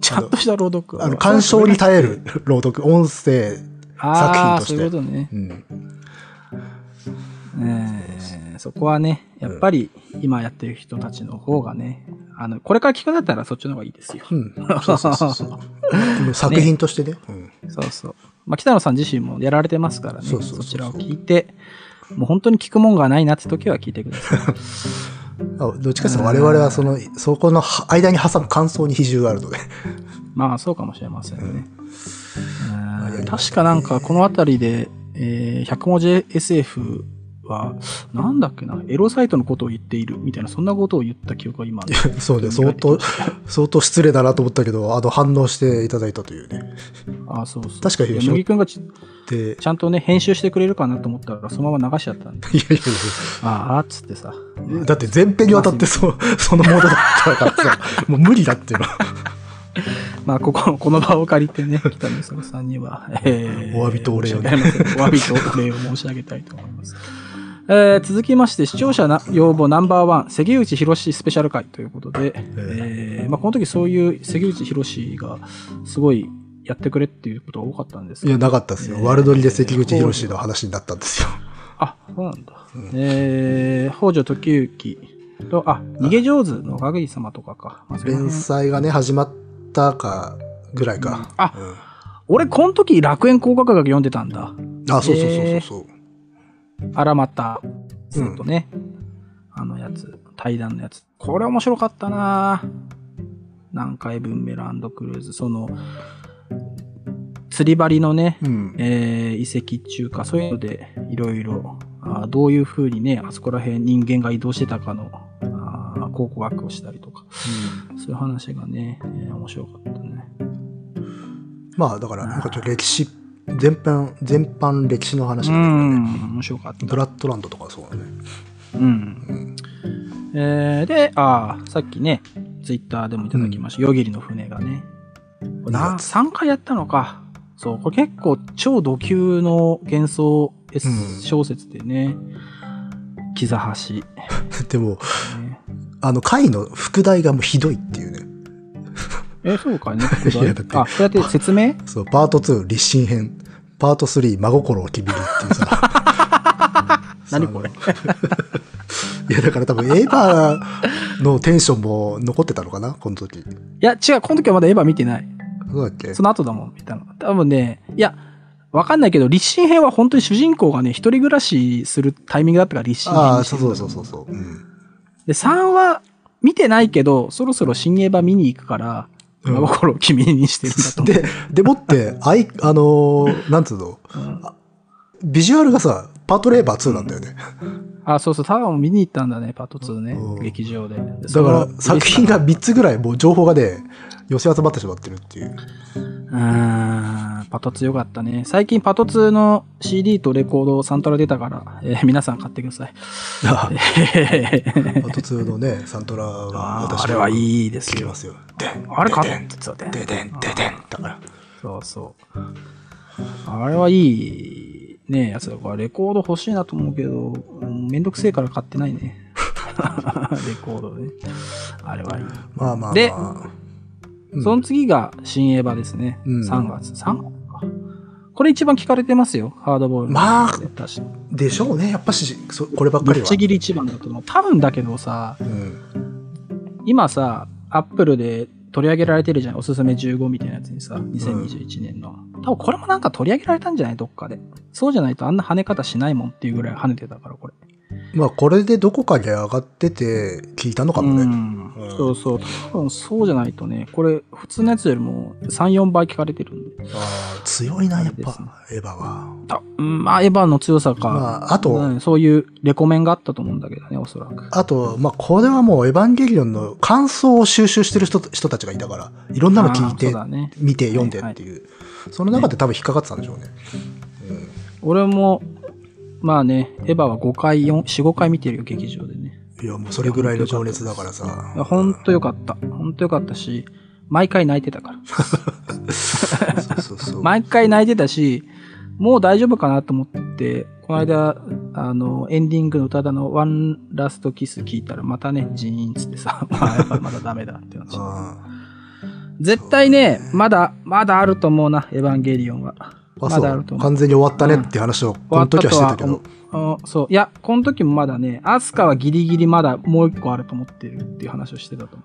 Speaker 1: ちゃんとした朗読。
Speaker 2: あの、鑑賞に耐える朗読、音声、作
Speaker 1: あ
Speaker 2: 品
Speaker 1: あ
Speaker 2: として
Speaker 1: そういうことね。
Speaker 2: うん、
Speaker 1: えーそこはね、やっぱり今やってる人たちの方がね、あの、これから聞くんだったらそっちの方がいいですよ。
Speaker 2: うん。そうそうそうそう。で も作品としてね。うん
Speaker 1: そうそう。まあ、北野さん自身もやられてますからね。
Speaker 2: そうそうそうそう
Speaker 1: ちらを聞いて、もう本当に聞くもんがないなって時は聞いてくだ さい。
Speaker 2: あどっちかというと我々はその、そこのは間に挟む感想に比重があるの で。
Speaker 1: まあ、そうかもしれませんね。うん
Speaker 2: やりま
Speaker 1: 確かなんかこの辺りで、えー100文字 SF は、なんだっけな、エロサイトのことを言っているみたいな、そんなことを言った記憶が今、ね、
Speaker 2: そうね、相当、相当失礼だなと思ったけど、あの、反応していただいたというね。
Speaker 1: あそうそう。
Speaker 2: 確かに
Speaker 1: いや乃木くんがち
Speaker 2: で、
Speaker 1: ちゃんとね、編集してくれるかなと思ったら、そのまま流しちゃったんで、
Speaker 2: いやいやい
Speaker 1: ああ、っつってさ。
Speaker 2: やだって全編にわたってそそのものだったから さ、もう無理だっての。
Speaker 1: まあ、ここ、この場を借りてね、北野勲さんに は、えー
Speaker 2: お詫びとお礼をね
Speaker 1: 申し訳ありませんお詫びとお礼を申し上げたいと思います。えー続きまして、視聴者な要望ナンバーワン、関口宏スペシャル回ということで、えーまあ、この時そういう関口宏がすごいやってくれっていうことが多かったんです
Speaker 2: い
Speaker 1: け
Speaker 2: や、
Speaker 1: ど、
Speaker 2: なかったですよ。ワルドリで関口宏の話になったんですよ。
Speaker 1: あ、そうなんだ。えー北条時行と、あ、逃げ上手のおかげさまとかか。まあその
Speaker 2: 連
Speaker 1: 辺
Speaker 2: 載がね、始まったかぐらいか。
Speaker 1: あ、
Speaker 2: うん
Speaker 1: 俺、この時楽園工科学読んでたんだ。
Speaker 2: あ、そうそうそうそうそう。
Speaker 1: あらまた、ずっとね、あのやつ、対談のやつ。これ面白かったなぁ南海文明ランドクルーズ、その、釣り針のね、
Speaker 2: うん。
Speaker 1: えー遺跡中か、そういうので、いろいろ、あーどういうふうにね、あそこら辺人間が移動してたかの、あー考古学をしたりとか、そういう話がね、えー面白かったね。
Speaker 2: まあ、だから、なんかちょっと歴史、全般、全般歴史の話
Speaker 1: う
Speaker 2: みたいなね。
Speaker 1: ん、面白かった。
Speaker 2: ブラッドランドとかそうだね。
Speaker 1: うん。えーで、ああ、さっきね、ツイッターでもいただきました、夜霧の船がね。
Speaker 2: 2
Speaker 1: な
Speaker 2: 月
Speaker 1: 3回やったのか。そう、これ結構超ド級の幻想 S
Speaker 2: うん
Speaker 1: 小説でね、キザハ シ。
Speaker 2: でも、
Speaker 1: ね
Speaker 2: あの、回の副題がもうひどいっていうね。
Speaker 1: え、そうかね。副
Speaker 2: い
Speaker 1: 題
Speaker 2: やだって
Speaker 1: あ、そうやって説明
Speaker 2: そう、パート2、立身編。パート3、真心を君にっていうさ。
Speaker 1: 何これ。
Speaker 2: いや、だから多分、エヴァのテンションも残ってたのかな、この時。ど
Speaker 1: いや、違う、この時はまだエヴァ見てない。
Speaker 2: うだっけ
Speaker 1: その後だもん、見たの。多分ね、いや、わかんないけど、立身編は本当に主人公がね、一人暮らしするタイミングだったから立身編
Speaker 2: ああ、
Speaker 1: にして
Speaker 2: そ
Speaker 1: るんだと思
Speaker 2: うそうそうそう。うん。
Speaker 1: で、3は見てないけど、そろそろ新エヴァ見に行くから、
Speaker 2: うん
Speaker 1: 真心を君にしてるんだと思う。
Speaker 2: で、でもって、あい、あのーなんつうの、
Speaker 1: うん
Speaker 2: ビジュアルがさ、パートレーバー2なんだよね。
Speaker 1: あ、そうそう、タワーも見に行ったんだね、パート2ね
Speaker 2: うん、
Speaker 1: 劇場で。だ
Speaker 2: だから、作品が3つぐらい、もう情報がね、寄せ集まってしまってるっ ていう。
Speaker 1: うーん、パト2よかったね。最近パト2の CD とレコードサントラ出たから、えー皆さん買ってくださ い。
Speaker 2: あ
Speaker 1: え
Speaker 2: パ
Speaker 1: ー
Speaker 2: ート2のね、サントラ
Speaker 1: あー
Speaker 2: は私
Speaker 1: あれはい
Speaker 2: い
Speaker 1: いです
Speaker 2: 聞き
Speaker 1: よ
Speaker 2: ま。すよ。でん、
Speaker 1: あれ買
Speaker 2: で
Speaker 1: っ
Speaker 2: ん
Speaker 1: てたね。
Speaker 2: ででん、ででん。だから。
Speaker 1: そうそう。あれはいいねやつだから、レコード欲しいなと思うけど、うんめんどくせえから買ってないね。 レコードね。あれはいい。
Speaker 2: まあまあまあ。
Speaker 1: で
Speaker 2: うん
Speaker 1: その次が新エヴァですね。
Speaker 2: うん
Speaker 1: 3月。3月か。これ一番聞かれてますよ、ハードボール。
Speaker 2: まあ
Speaker 1: 絶対し
Speaker 2: でしょうね、やっぱし、そこればっ
Speaker 1: ぶ
Speaker 2: かり
Speaker 1: っ
Speaker 2: は。
Speaker 1: ちぎり一番だと思う。多分だけどさ、
Speaker 2: うん
Speaker 1: 今さ、アップルで取り上げられてるじゃん。おすすめ15みたいなやつにさ、2021年の。多分これもなんか取り上げられたんじゃないどっかで。そうじゃないとあんな跳ね方しないもんっていうぐらい跳ねてたから、これ。
Speaker 2: まあ、これでどこかに上がってて、聞いたのかも
Speaker 1: う
Speaker 2: ね。
Speaker 1: ん
Speaker 2: うん
Speaker 1: そうそう。多分そうじゃないとね、これ普通のやつよりも3、4倍聞かれてるんで。
Speaker 2: あー強いな、やっ
Speaker 1: ですね
Speaker 2: ぱ、エヴァは。
Speaker 1: たうんまあ、エヴァの強さか。
Speaker 2: まあ、あと、
Speaker 1: うんそういうレコメンがあったと思うんだけどね、おそらく。
Speaker 2: あと、まあ、これはもう、エヴァンゲリオンの感想を収集してる人人たちがいたから、いろんなの聞い
Speaker 1: あーそう
Speaker 2: て
Speaker 1: だ、ね。
Speaker 2: 見て、読んでっていう。その中で多分引っかかってたんでしょうね。
Speaker 1: 俺も、まあね、エヴァは5回、4、4、5回見てるよ、劇場でね。
Speaker 2: いや、もうそれぐらいの情熱だからさ
Speaker 1: い。やほんとよかった。ほんとよかったし、毎回泣いてたから。
Speaker 2: そうそうそ う。
Speaker 1: 毎回泣いてたし、もう大丈夫かなと思って、この間、あの、エンディングの歌だの、ワンラストキス聞いたら、またね、ジーンつって さ、まあ、やっぱまだダメだって話。
Speaker 2: あ
Speaker 1: 絶対ね、まだ、まだあると思うな、エヴァンゲリオンは。
Speaker 2: あ、
Speaker 1: ま
Speaker 2: そ
Speaker 1: だある
Speaker 2: う
Speaker 1: と。思う
Speaker 2: 完全に終わったねって話を、この時はしてたけ
Speaker 1: 終わ
Speaker 2: ど
Speaker 1: っ。たとは思うあそう。いや、この時もまだね、アスカはギリギリまだもう一個あると思ってるっていう話をしてたと思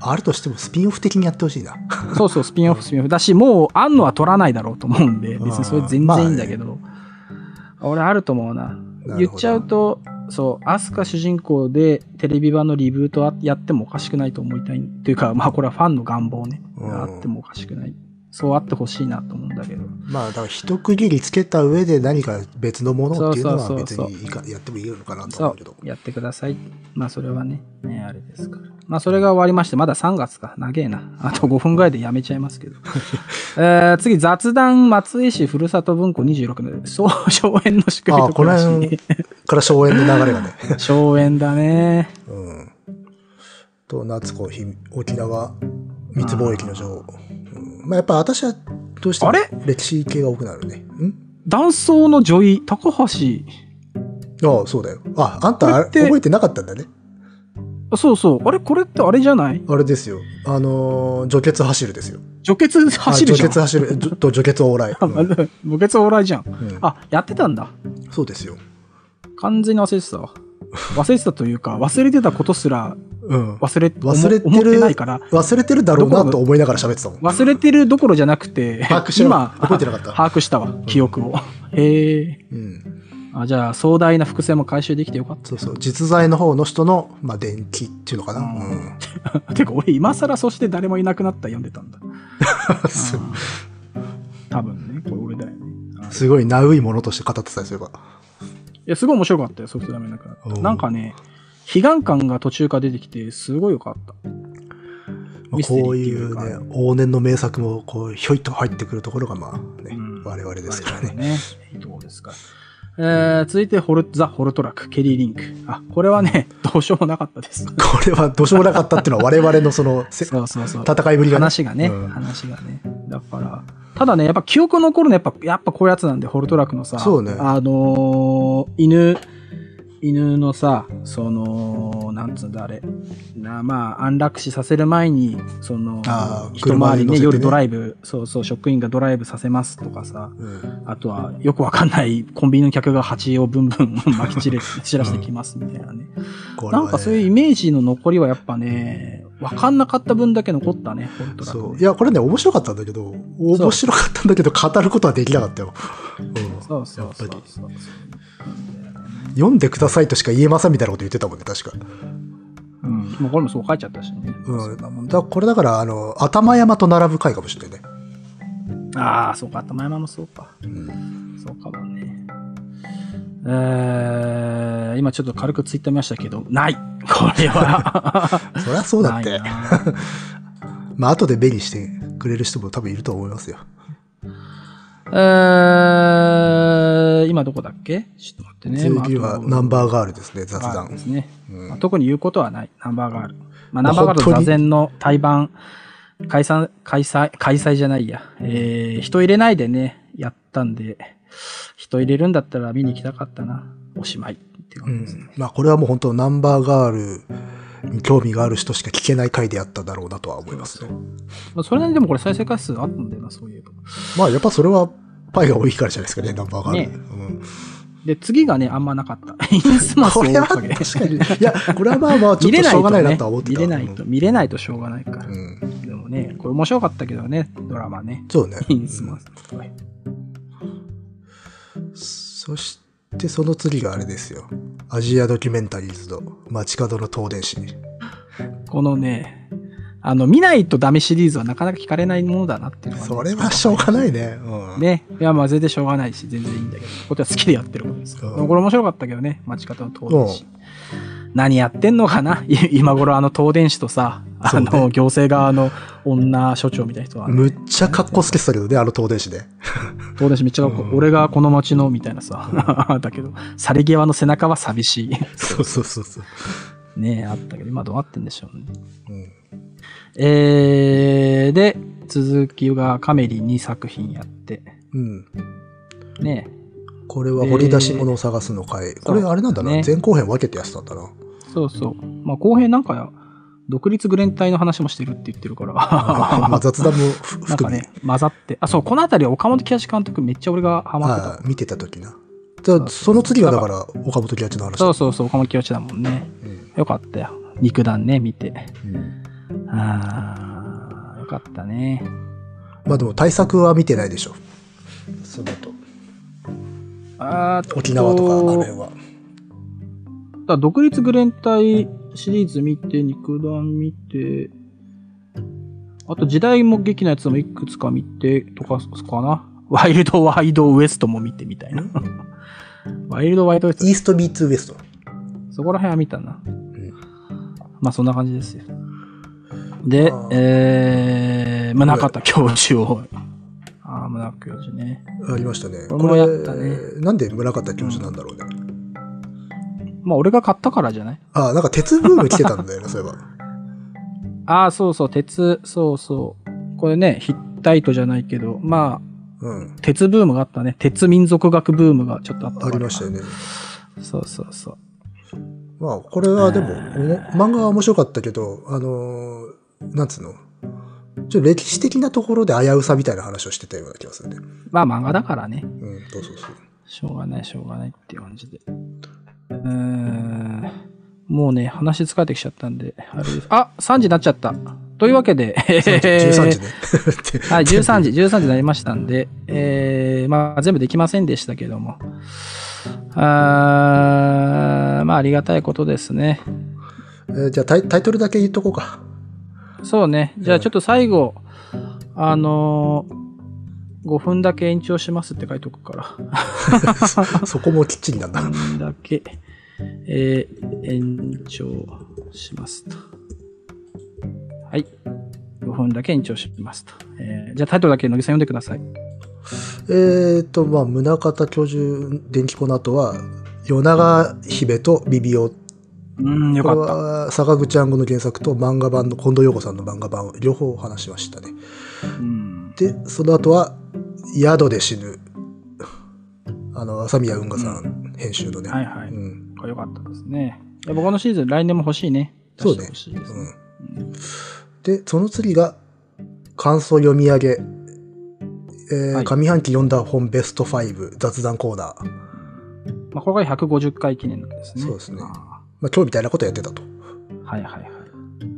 Speaker 2: あるとしてもスピンオフ的にやってほ しいな。
Speaker 1: う。そうそう、スピンオフ、スピンオフ。だし、もう、あんのは取らないだろうと思うんで、別にそれ全然いいんだけど。俺、あると思うな。
Speaker 2: なる
Speaker 1: 言
Speaker 2: ほど
Speaker 1: っちゃうと、そう、アスカ主人公でテレビ版のリブートはやってもおかしくないと思いたい。というか、まあ、これはファンの願望ね。
Speaker 2: うん
Speaker 1: あってもおかしくない。そうあってほしいなと思うんだけど。
Speaker 2: まあ、だから一区切りつけた上で何か別のものっていうのは
Speaker 1: そうそう
Speaker 2: 別
Speaker 1: そうそう
Speaker 2: にいいかやってもいいのかなと
Speaker 1: そ
Speaker 2: 思
Speaker 1: う
Speaker 2: うけど。、
Speaker 1: やってください。まあ、それはね、ね、あれですから。まあ、それが終わりまして、まだ3月か。長えな。あと5分ぐらいでやめちゃいますけど。 えー次、雑談松江市ふるさと文庫26の、 そう、荘園の仕組み
Speaker 2: あ
Speaker 1: と
Speaker 2: こ
Speaker 1: 暮
Speaker 2: の
Speaker 1: らし
Speaker 2: 辺から荘園の流れがね。
Speaker 1: 荘園だね。
Speaker 2: うん。と、夏子、ひ沖縄、密貿易の女王。うんまあ、やっぱ私はどうしても
Speaker 1: あれ
Speaker 2: 歴史系が多くなるね。ん
Speaker 1: 断層の女医、高橋。
Speaker 2: ああ、そうだよ。あ、あん
Speaker 1: こ
Speaker 2: た
Speaker 1: れ
Speaker 2: あ
Speaker 1: って
Speaker 2: 覚えてなかったんだね。
Speaker 1: あそうそう。あれこれってあれじゃない
Speaker 2: あれですよ。あのー除血走るですよ。
Speaker 1: 除血走るじゃん。
Speaker 2: あ除血走る。えじょと除血往 来。うん
Speaker 1: 血除血往来じゃん。
Speaker 2: うん
Speaker 1: あ、やってたんだ。
Speaker 2: そうですよ。
Speaker 1: 完全に忘れてたわ。忘れてたというか、忘れてたことすら
Speaker 2: うん。
Speaker 1: 忘れ、
Speaker 2: 忘れて
Speaker 1: 思思って
Speaker 2: る、
Speaker 1: ないから、
Speaker 2: 忘れてるだろう
Speaker 1: ど
Speaker 2: な
Speaker 1: この
Speaker 2: と思いながら喋ってたもん。
Speaker 1: 忘れてるどころじゃなくて
Speaker 2: 把握、してなか
Speaker 1: 今
Speaker 2: った、覚えてなかった
Speaker 1: 把握したわ、記憶を。へえ。
Speaker 2: うん。
Speaker 1: あじゃあ、壮大な伏線も回収できてよかっ
Speaker 2: そうそう。実在の方の人の、まあ、電気っていうのかな。うん。
Speaker 1: た。 てか、俺、今更そして誰もいなくなった読んでたんだ。
Speaker 2: す
Speaker 1: 多分ね、これ俺だよね。あ
Speaker 2: すごい、ナウいものとして語ってたりすれば。
Speaker 1: いや、すごい面白かったよ、ソフトダメなくなった
Speaker 2: おう
Speaker 1: なんかね、悲願感が途中から出てきて、すごいよかった。
Speaker 2: ま
Speaker 1: ミ
Speaker 2: あ、
Speaker 1: ステリ
Speaker 2: こ
Speaker 1: ー
Speaker 2: う
Speaker 1: って
Speaker 2: い
Speaker 1: いう
Speaker 2: う
Speaker 1: か
Speaker 2: ね、往年の名作も、こう、ひょいっと入ってくるところが、まあ、ね、
Speaker 1: うん
Speaker 2: 我々ですから
Speaker 1: 我
Speaker 2: ね。
Speaker 1: 々ね。いいとこですから。えー、続いてホル、ザ・ホルトラック、ケリー・リンク。あ、これはね、どうしようもなかったです。
Speaker 2: これは、どうしようもなかったっていうのは、我々のその、せ
Speaker 1: そうそうそう。
Speaker 2: 戦いぶりがね、
Speaker 1: 話がね、
Speaker 2: うん
Speaker 1: 話がね。だから、ただね、やっぱ記憶残るのはやっぱ、やっぱこういうやつなんで、ホルトラックのさ、
Speaker 2: そうね
Speaker 1: あのー犬、犬のさ、その、なんつうんだ、あれ、なまあ、安楽死させる前に、その
Speaker 2: あ、ー
Speaker 1: 一回り
Speaker 2: 車に乗
Speaker 1: ね
Speaker 2: せてね
Speaker 1: 夜ドライブ、そうそう、職員がドライブさせますとかさ、
Speaker 2: うん
Speaker 1: あとは、よくわかんないコンビニの客が蜂をブンブン 撒き散れ散らしてきますみたいなね。
Speaker 2: これ
Speaker 1: な
Speaker 2: はね
Speaker 1: んかそういうイメージの残りはやっぱね、わかんなかった分だけ残ったね、本当だ、
Speaker 2: そう。いや、これね、面白かったんだけど、面白かったんだけど、語ることはできなかったよ。うん
Speaker 1: そうそうそう
Speaker 2: やっぱり
Speaker 1: そう
Speaker 2: 読んでくださいとしか言えませんみたいなこと言ってたもんね、確か。
Speaker 1: うん、もうこれもそう書いちゃったしね。
Speaker 2: うん。だからこれだから、あの、頭山と並ぶ回かもしれないね。
Speaker 1: ああ、そうか、頭山もそうか。
Speaker 2: うん。
Speaker 1: そうかもね。えー、今ちょっと軽くツイッター見ましたけど、ないこれ は。
Speaker 2: そりゃそうだっ
Speaker 1: な
Speaker 2: て
Speaker 1: い。な
Speaker 2: まあ、後で目にしてくれる人も多分いると思いますよ。
Speaker 1: えー、今どこだっけちょっと待ってね。
Speaker 2: 次は
Speaker 1: まあ
Speaker 2: ナンバーガールですね、
Speaker 1: ナ
Speaker 2: 雑
Speaker 1: ンバーガールで
Speaker 2: 談。
Speaker 1: すね。
Speaker 2: うん
Speaker 1: まあ、特に言うことはない、ナンバーガール。まあ、
Speaker 2: ま
Speaker 1: ナ
Speaker 2: あ
Speaker 1: ンバーガールと
Speaker 2: 本当
Speaker 1: 座
Speaker 2: に
Speaker 1: 禅の対バン、開催、開催、開催じゃないや。えー、人入れないでね、やったんで、人入れるんだったら見に行きたかったな。おしまいっていう
Speaker 2: う
Speaker 1: 感じですね。
Speaker 2: ん。まあ、これはもう本当ナンバーガールに興味がある人しか聞けない回であっただろうなとは思いますね。
Speaker 1: まあ、それなりにでもこれ再生回数あったんだよな、そういえば。
Speaker 2: まあ、やっぱそれは、パイが多いからじゃないですかね、ナンバーガール。
Speaker 1: ね
Speaker 2: うん
Speaker 1: で、次がね、あんまなかった。 インスマス
Speaker 2: こ
Speaker 1: 多
Speaker 2: れ
Speaker 1: いお
Speaker 2: は
Speaker 1: か
Speaker 2: 確
Speaker 1: げ
Speaker 2: かに。いや、これはまあまあ、ちょ
Speaker 1: 見れ
Speaker 2: っと
Speaker 1: ない
Speaker 2: しょう
Speaker 1: と
Speaker 2: がないな
Speaker 1: ね
Speaker 2: とは思っ、て
Speaker 1: 見
Speaker 2: た。
Speaker 1: れないと、見れないとしょうがないから
Speaker 2: う。ん。
Speaker 1: でもね、これ面白かったけどね、ドラマね。
Speaker 2: そうね。
Speaker 1: インスマス。はい
Speaker 2: そして、その次があれですよ。アジアドキュメンタリーズの街角の東電子。
Speaker 1: このね、あの、見ないとダメシリーズはなかなか聞かれないものだなっていうのはね、
Speaker 2: それはしょうがないね。うん。
Speaker 1: ね。いや、まあ全然しょうがないし、全然いいんだけど、こっちは好きでやってることですから。
Speaker 2: うん
Speaker 1: でもこれ面白かったけどね、待ち方の東電子。何やってんのかない 今頃あの東電子とさ、あ
Speaker 2: そう
Speaker 1: の、行政側の女所長みたいな人は、
Speaker 2: むっちゃかっこつけてたけどね、あの東電子ね。
Speaker 1: 東電子めっちゃかっこいい俺がこの町のみたいなさ、 だけど、去り際の背中は寂しい。
Speaker 2: そうそうそうそう。
Speaker 1: ねえ、あったけど、今どうなってんでしょうね。
Speaker 2: うん。
Speaker 1: えー、で、続きがカメリ2作品やって、
Speaker 2: うん。
Speaker 1: ねえ、
Speaker 2: これは掘り出し物を探すの回。これあれなんだな。
Speaker 1: ね
Speaker 2: 前後編分けてやってたんだな。
Speaker 1: そうそう。まあ、後編なんか、独立グレン隊の話もしてるって言ってるから。
Speaker 2: まあ雑談も
Speaker 1: な
Speaker 2: ふ
Speaker 1: んか
Speaker 2: 含め、
Speaker 1: ね、混ざって。あ、そう、この辺りは岡本喜八監督めっちゃ俺がハマってた
Speaker 2: ああ見てた時な。じゃあその次はだから岡本喜八の話だ。
Speaker 1: そうそうそう、岡本喜八だもんね。
Speaker 2: うん
Speaker 1: よかったよ。肉弾ね、見て。
Speaker 2: うん
Speaker 1: あー、よかったね。
Speaker 2: まあでも対策は見てないでしょ。その後
Speaker 1: あーと
Speaker 2: 沖縄とかあの辺は。
Speaker 1: だ独立グレン隊シリーズ見て、肉弾見て、あと時代も劇のやつもいくつか見て、とか、そこかな。 ワイルドワイドウエストも見てみたいな。 ワイルドワイドウエスト、
Speaker 2: イーストビーツウエスト。
Speaker 1: そこら辺は見たな。
Speaker 2: ん
Speaker 1: まあそんな感じですよ。で
Speaker 2: あー、
Speaker 1: えー、まあ中田教授を。 ああ、村田教授ね。
Speaker 2: ありましたね。
Speaker 1: これもやったね
Speaker 2: これなんで村方教授なんだろうね。
Speaker 1: まあ俺が買ったからじゃない
Speaker 2: ああ、なんか鉄ブーム来てたん だよね、そういえば。
Speaker 1: ああ、そうそう、鉄、そうそう。これね、ヒッタイトじゃないけど、まあ、
Speaker 2: うん。
Speaker 1: 鉄ブームがあったね。鉄民族学ブームがちょっとあったから
Speaker 2: ありましたよね。
Speaker 1: そうそうそう。
Speaker 2: まあ、これはでも、お
Speaker 1: え
Speaker 2: も漫画は面白かったけど、あのーなんつうの、ちょっと歴史的なところで危うさみたいな話をしてたような気がするね。
Speaker 1: まあ漫画だからね。
Speaker 2: うん、そうそうそう。
Speaker 1: しょうがない、しょうがないっていう感じで。うーん。もうね、話疲れてきちゃったんで、あれ です。あ、3時になっちゃった。というわけで、
Speaker 2: 13時ね。
Speaker 1: はい、13時、13時になりましたんで、えー、まあ、全部できませんでしたけども。あーまあ、ありがたいことですね。
Speaker 2: えーじゃあタイ、タイトルだけ言っとこう か。
Speaker 1: そうね。じゃあ、ちょっと最後、あのー、5分だけ延長しますって書いておくから。
Speaker 2: そこもきっちりなんだ。
Speaker 1: 5分だけ、えー延長しますと。はい。5分だけ延長しますと。えーじゃあ、タイトルだけ野木さん読んでください。
Speaker 2: えっと、まあ、宗像教授、電気粉の後は、夜長姫とビビオ。
Speaker 1: うん、よ
Speaker 2: こ
Speaker 1: か
Speaker 2: れ
Speaker 1: った。
Speaker 2: は坂口安吾の原作と漫画版の近藤陽子さんの漫画版を両方話しましたね。
Speaker 1: うん。
Speaker 2: でその後は「宿で死ぬ」あの朝宮運河さん編集のね、
Speaker 1: はいはい。
Speaker 2: うん
Speaker 1: これ良かったですね。いや僕のシーズン、来年も欲しいね。
Speaker 2: そう
Speaker 1: 出
Speaker 2: ね
Speaker 1: してほしいです
Speaker 2: う
Speaker 1: ね。
Speaker 2: ん、でその次が感想読み上げ、えー
Speaker 1: はい
Speaker 2: 上半期読んだ本ベスト5雑談コーナー、
Speaker 1: まあ、これが150回記念なんですね。
Speaker 2: そうですね
Speaker 1: あ
Speaker 2: まあ、今日みたいなことやってたと
Speaker 1: ーはいはいはい。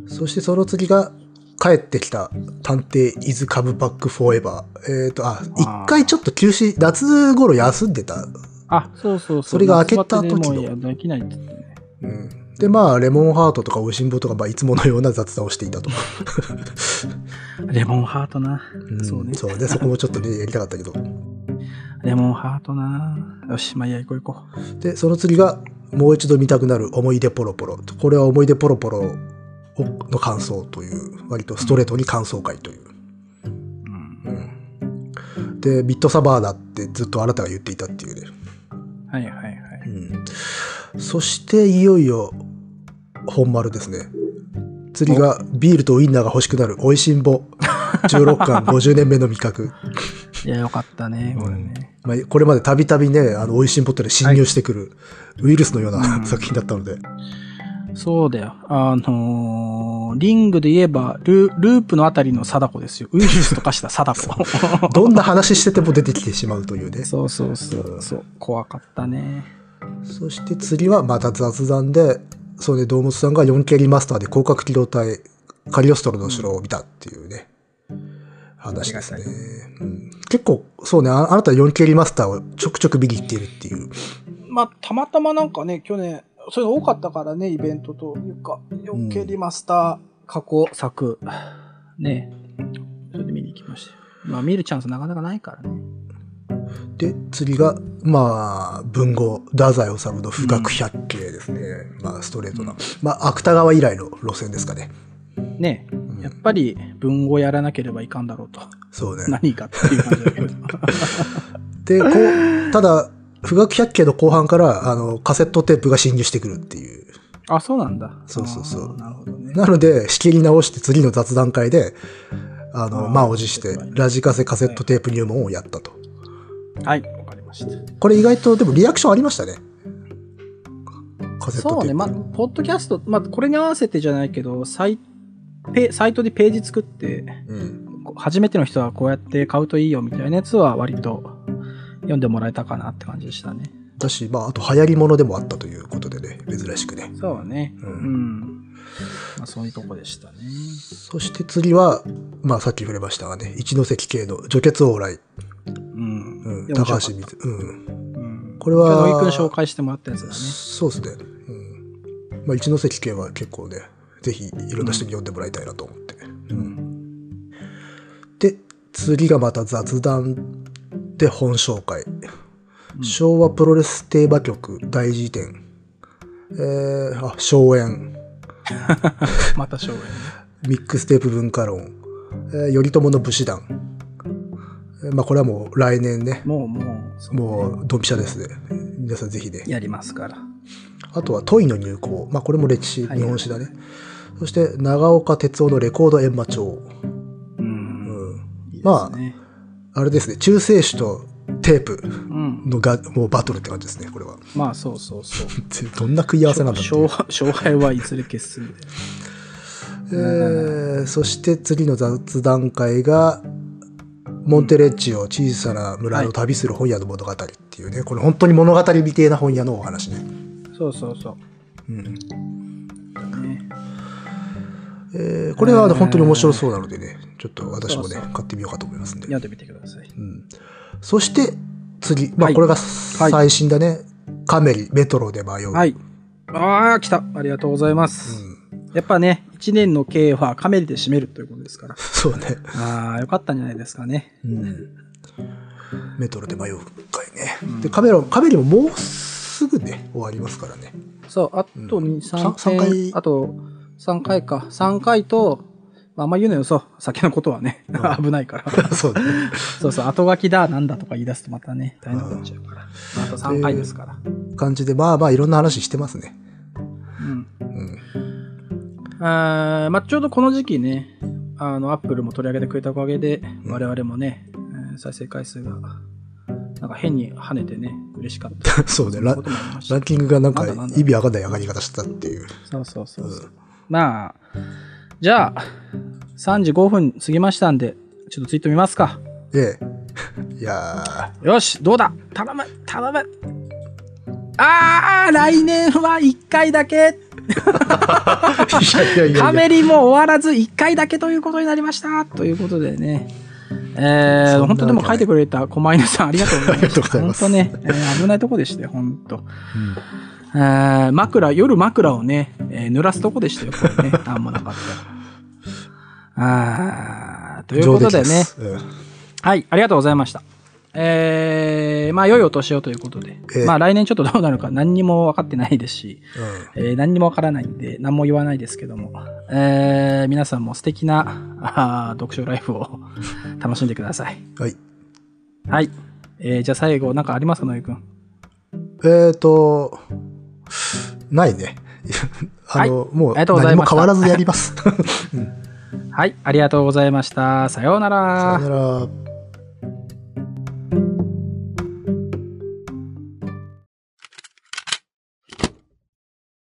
Speaker 2: そしてその次が帰ってきた探偵イズカブバックフォーエバー。えっ、と、あ、一回ちょっと休止、夏頃休んでた。
Speaker 1: あ、そうそうそう。
Speaker 2: それが明けた時
Speaker 1: 夏
Speaker 2: の
Speaker 1: バテでもういやできないって言ってね。
Speaker 2: うん。で、まあ、レモンハートとか美味しんぼとか、まあ、いつものような雑談をしていたと。
Speaker 1: レモンハートな。
Speaker 2: ん
Speaker 1: そうね。
Speaker 2: そうね、そこもちょっとね、やりたかったけど。
Speaker 1: レモンハートな。よし、まあいいや、行こう行こう。
Speaker 2: で、その次が、もう一度見たくなる思い出ポロポロ。これは思い出ポロポロをの感想という、割とストレートに感想会という。
Speaker 1: うん
Speaker 2: うんで、ビットサバーだってずっとあなたが言っていたっていうね。
Speaker 1: はいはいはい。
Speaker 2: うん。そして、いよいよ、本丸ですね。次が、ビールとウインナーが欲しくなる美味しんぼ。16巻50年目の味覚。
Speaker 1: いや、よかったね、これね。
Speaker 2: まあ、これまでたびたびね、あの、美味しんぼってのは侵入してくるウイルスのような、
Speaker 1: うん
Speaker 2: 作品だったので。
Speaker 1: そうだよ。あのー、リングで言えば、ルループのあたりの貞子ですよ。ウイルスとかした貞子。
Speaker 2: どんな話してても出てきてしまうというね。
Speaker 1: そう そうそう。そう怖かったね。
Speaker 2: そして次はまた雑談で、そうね、堂本さんが 4K リマスターで広角機動隊、カリオストロの城を見たっていうね、話ですね。うん結構、そうねあ、あなた 4K リマスターをちょくちょく見に行っているっていう。
Speaker 1: まあ、たまたまなんかね、去年、そういうの多かったからね、イベントというか、
Speaker 2: う
Speaker 1: 4K
Speaker 2: ん
Speaker 1: リマスター、過去作、ね、それで見に行きましたよ。まあ、見るチャンスなかなかないからね。
Speaker 2: で、次が、まあ、文豪、太宰治の富岳百景ですね。まあ、ストレートな。まあ、芥川以来の路線ですかね。
Speaker 1: ね、
Speaker 2: うん
Speaker 1: やっぱり文をやらなければいかんだろうと。
Speaker 2: そうね。
Speaker 1: 何かっていう感じだけど。
Speaker 2: で、こう、ただ、富岳百景の後半から、あの、カセットテープが侵入してくるっていう。
Speaker 1: あ、そうなんだ。
Speaker 2: そうそうそう
Speaker 1: あーなるほどね。
Speaker 2: なので、仕切り直して次の雑談会で、あの、
Speaker 1: あー
Speaker 2: 満を持して、ラジカセカセットテープ入門をやったと。
Speaker 1: はい、わかりました。
Speaker 2: これ意外と、でもリアクションありましたね。カセットテ
Speaker 1: そ
Speaker 2: ープ
Speaker 1: うね、まあ、ポッドキャスト、まあ、これに合わせてじゃないけど、サイペサイトでページ作って、
Speaker 2: うん、
Speaker 1: こ初めての人はこうやって買うといいよみたいなやつは割と読んでもらえたかなって感じでしたね。
Speaker 2: だし、まあ、あと流行りものでもあったということでね珍しくね
Speaker 1: そうね。
Speaker 2: う
Speaker 1: うんん。まあ、そういうとこでしたね。
Speaker 2: そして次は、まあ、さっき触れましたがね一ノ関系の「除血往来」
Speaker 1: うん。
Speaker 2: うん、
Speaker 1: でも
Speaker 2: 高橋光うん
Speaker 1: うん、
Speaker 2: これは
Speaker 1: 野井くん紹介してもらったやつだね。
Speaker 2: そうですね、うんまあ、一ノ関系は結構ねぜひいろんな人に読んでもらいたいなと思って、
Speaker 1: うん。
Speaker 2: で次がまた雑談で本紹介、昭和プロレステーマ曲大辞典えー、あ荘園
Speaker 1: また省エネ
Speaker 2: ミックステープ文化論、えー頼朝の武士団、えーまあ、これはもう来年ね
Speaker 1: もうもう、そう
Speaker 2: もうドンピシャですね皆さんぜひね
Speaker 1: やりますから。
Speaker 2: あとは「トイの入校」まあ、これも歴史
Speaker 1: はい
Speaker 2: 日本史だね、そして長岡哲夫の「レコード閻魔帳」
Speaker 1: う。
Speaker 2: うんん、
Speaker 1: いい
Speaker 2: ま
Speaker 1: ですね
Speaker 2: あれですね中世史とテープ
Speaker 1: うん。
Speaker 2: のがもうバトルって感じですねこれは
Speaker 1: まあ、そうそうそう。
Speaker 2: どんな食い合わせなんだっていう
Speaker 1: 勝勝敗はいずれ決する。
Speaker 2: えーそして次の雑談会がモンテレッジを小さな村を旅する本屋の物語っていうね、これ本当に物語みてえな本屋のお話ね、
Speaker 1: そうそうそう。
Speaker 2: うん
Speaker 1: ね、
Speaker 2: えーこれはあの
Speaker 1: えー
Speaker 2: 本当に面白そうなのでねちょっと私もね
Speaker 1: そうそう
Speaker 2: 買ってみようかと思いますんで
Speaker 1: 読んでみてください。
Speaker 2: うん、そして次、ま
Speaker 1: は
Speaker 2: あ、
Speaker 1: い
Speaker 2: これが最新だね、カメリメトロで迷う、
Speaker 1: はい。ああ、来た。ありがとうございま
Speaker 2: う
Speaker 1: す。
Speaker 2: ん、
Speaker 1: やっぱね、1年の経営はカメリで締めるということですから。
Speaker 2: そうね、
Speaker 1: ああ、よかったんじゃないですかね。
Speaker 2: うん、メトロで迷う回ね、でカメラカメリももうすぐね終わりますからね
Speaker 1: そう、あと
Speaker 2: うん
Speaker 1: 2、
Speaker 2: さ
Speaker 1: 3
Speaker 2: 三回
Speaker 1: 回。あと3回か。3回と、まあ、あんま言うのよ、そう。先のことはね、 危ないから。
Speaker 2: そうね
Speaker 1: そうそう、後書きだ、なんだとか言い出すとまたね、大変なことになっちゃうから。あと3回ですから。
Speaker 2: 感じでまあまあいろんな話してますね、
Speaker 1: うん。
Speaker 2: うん、
Speaker 1: あーまあ、ちょうどこの時期ね、あの、アップルも取り上げてくれたおかげで、
Speaker 2: うん
Speaker 1: 我々もね、えー再生回数が、なんか変に跳ねてね、嬉しかった。
Speaker 2: そうね
Speaker 1: そんな
Speaker 2: ラ
Speaker 1: こともありまし
Speaker 2: ラン
Speaker 1: た
Speaker 2: キングが なんか
Speaker 1: なんだなんだ
Speaker 2: 意味わかんない上がり方したっていう
Speaker 1: そうそうそうそうう。まあ、じゃあ、3時5分過ぎましたんで、ちょっとツイート見ますか。
Speaker 2: え えいや
Speaker 1: よし、どうだ頼む頼むあー、来年は1回だけ
Speaker 2: ーいやいやいやいや
Speaker 1: カメリも終わらず1回だけということになりましたということでね。え
Speaker 2: そんなわけな
Speaker 1: ー、
Speaker 2: い
Speaker 1: 本当でも書いてくれた狛犬さんありがとうございま
Speaker 2: ありが
Speaker 1: し
Speaker 2: と
Speaker 1: た。
Speaker 2: うございます
Speaker 1: 本当ね、えー危ないとこでしたよ、本当。
Speaker 2: う
Speaker 1: え
Speaker 2: ん
Speaker 1: ー枕、夜枕をね、えー濡らすとこでしたよ、こ れね。あんまなかったら。あーということで
Speaker 2: 上出来
Speaker 1: ね
Speaker 2: す。うん
Speaker 1: はい、ありがとうございました。えー、まあ、良いお年をということで。
Speaker 2: ええ
Speaker 1: まあ、来年ちょっとどうなるか何にも分かってないですし。
Speaker 2: うん
Speaker 1: えー何にもわからないんで、何も言わないですけども、えー皆さんも素敵なあー読書ライフを 楽しんでください。
Speaker 2: はい
Speaker 1: はい。えーじゃあ最後、なんかありますか、のゆくん。
Speaker 2: えーと、ないね。 あの、もう
Speaker 1: ありがとうござ
Speaker 2: 何
Speaker 1: い
Speaker 2: も
Speaker 1: ました
Speaker 2: 変 わらずやります。さよ
Speaker 1: はい、ありがとうございました。さようなら
Speaker 2: なら。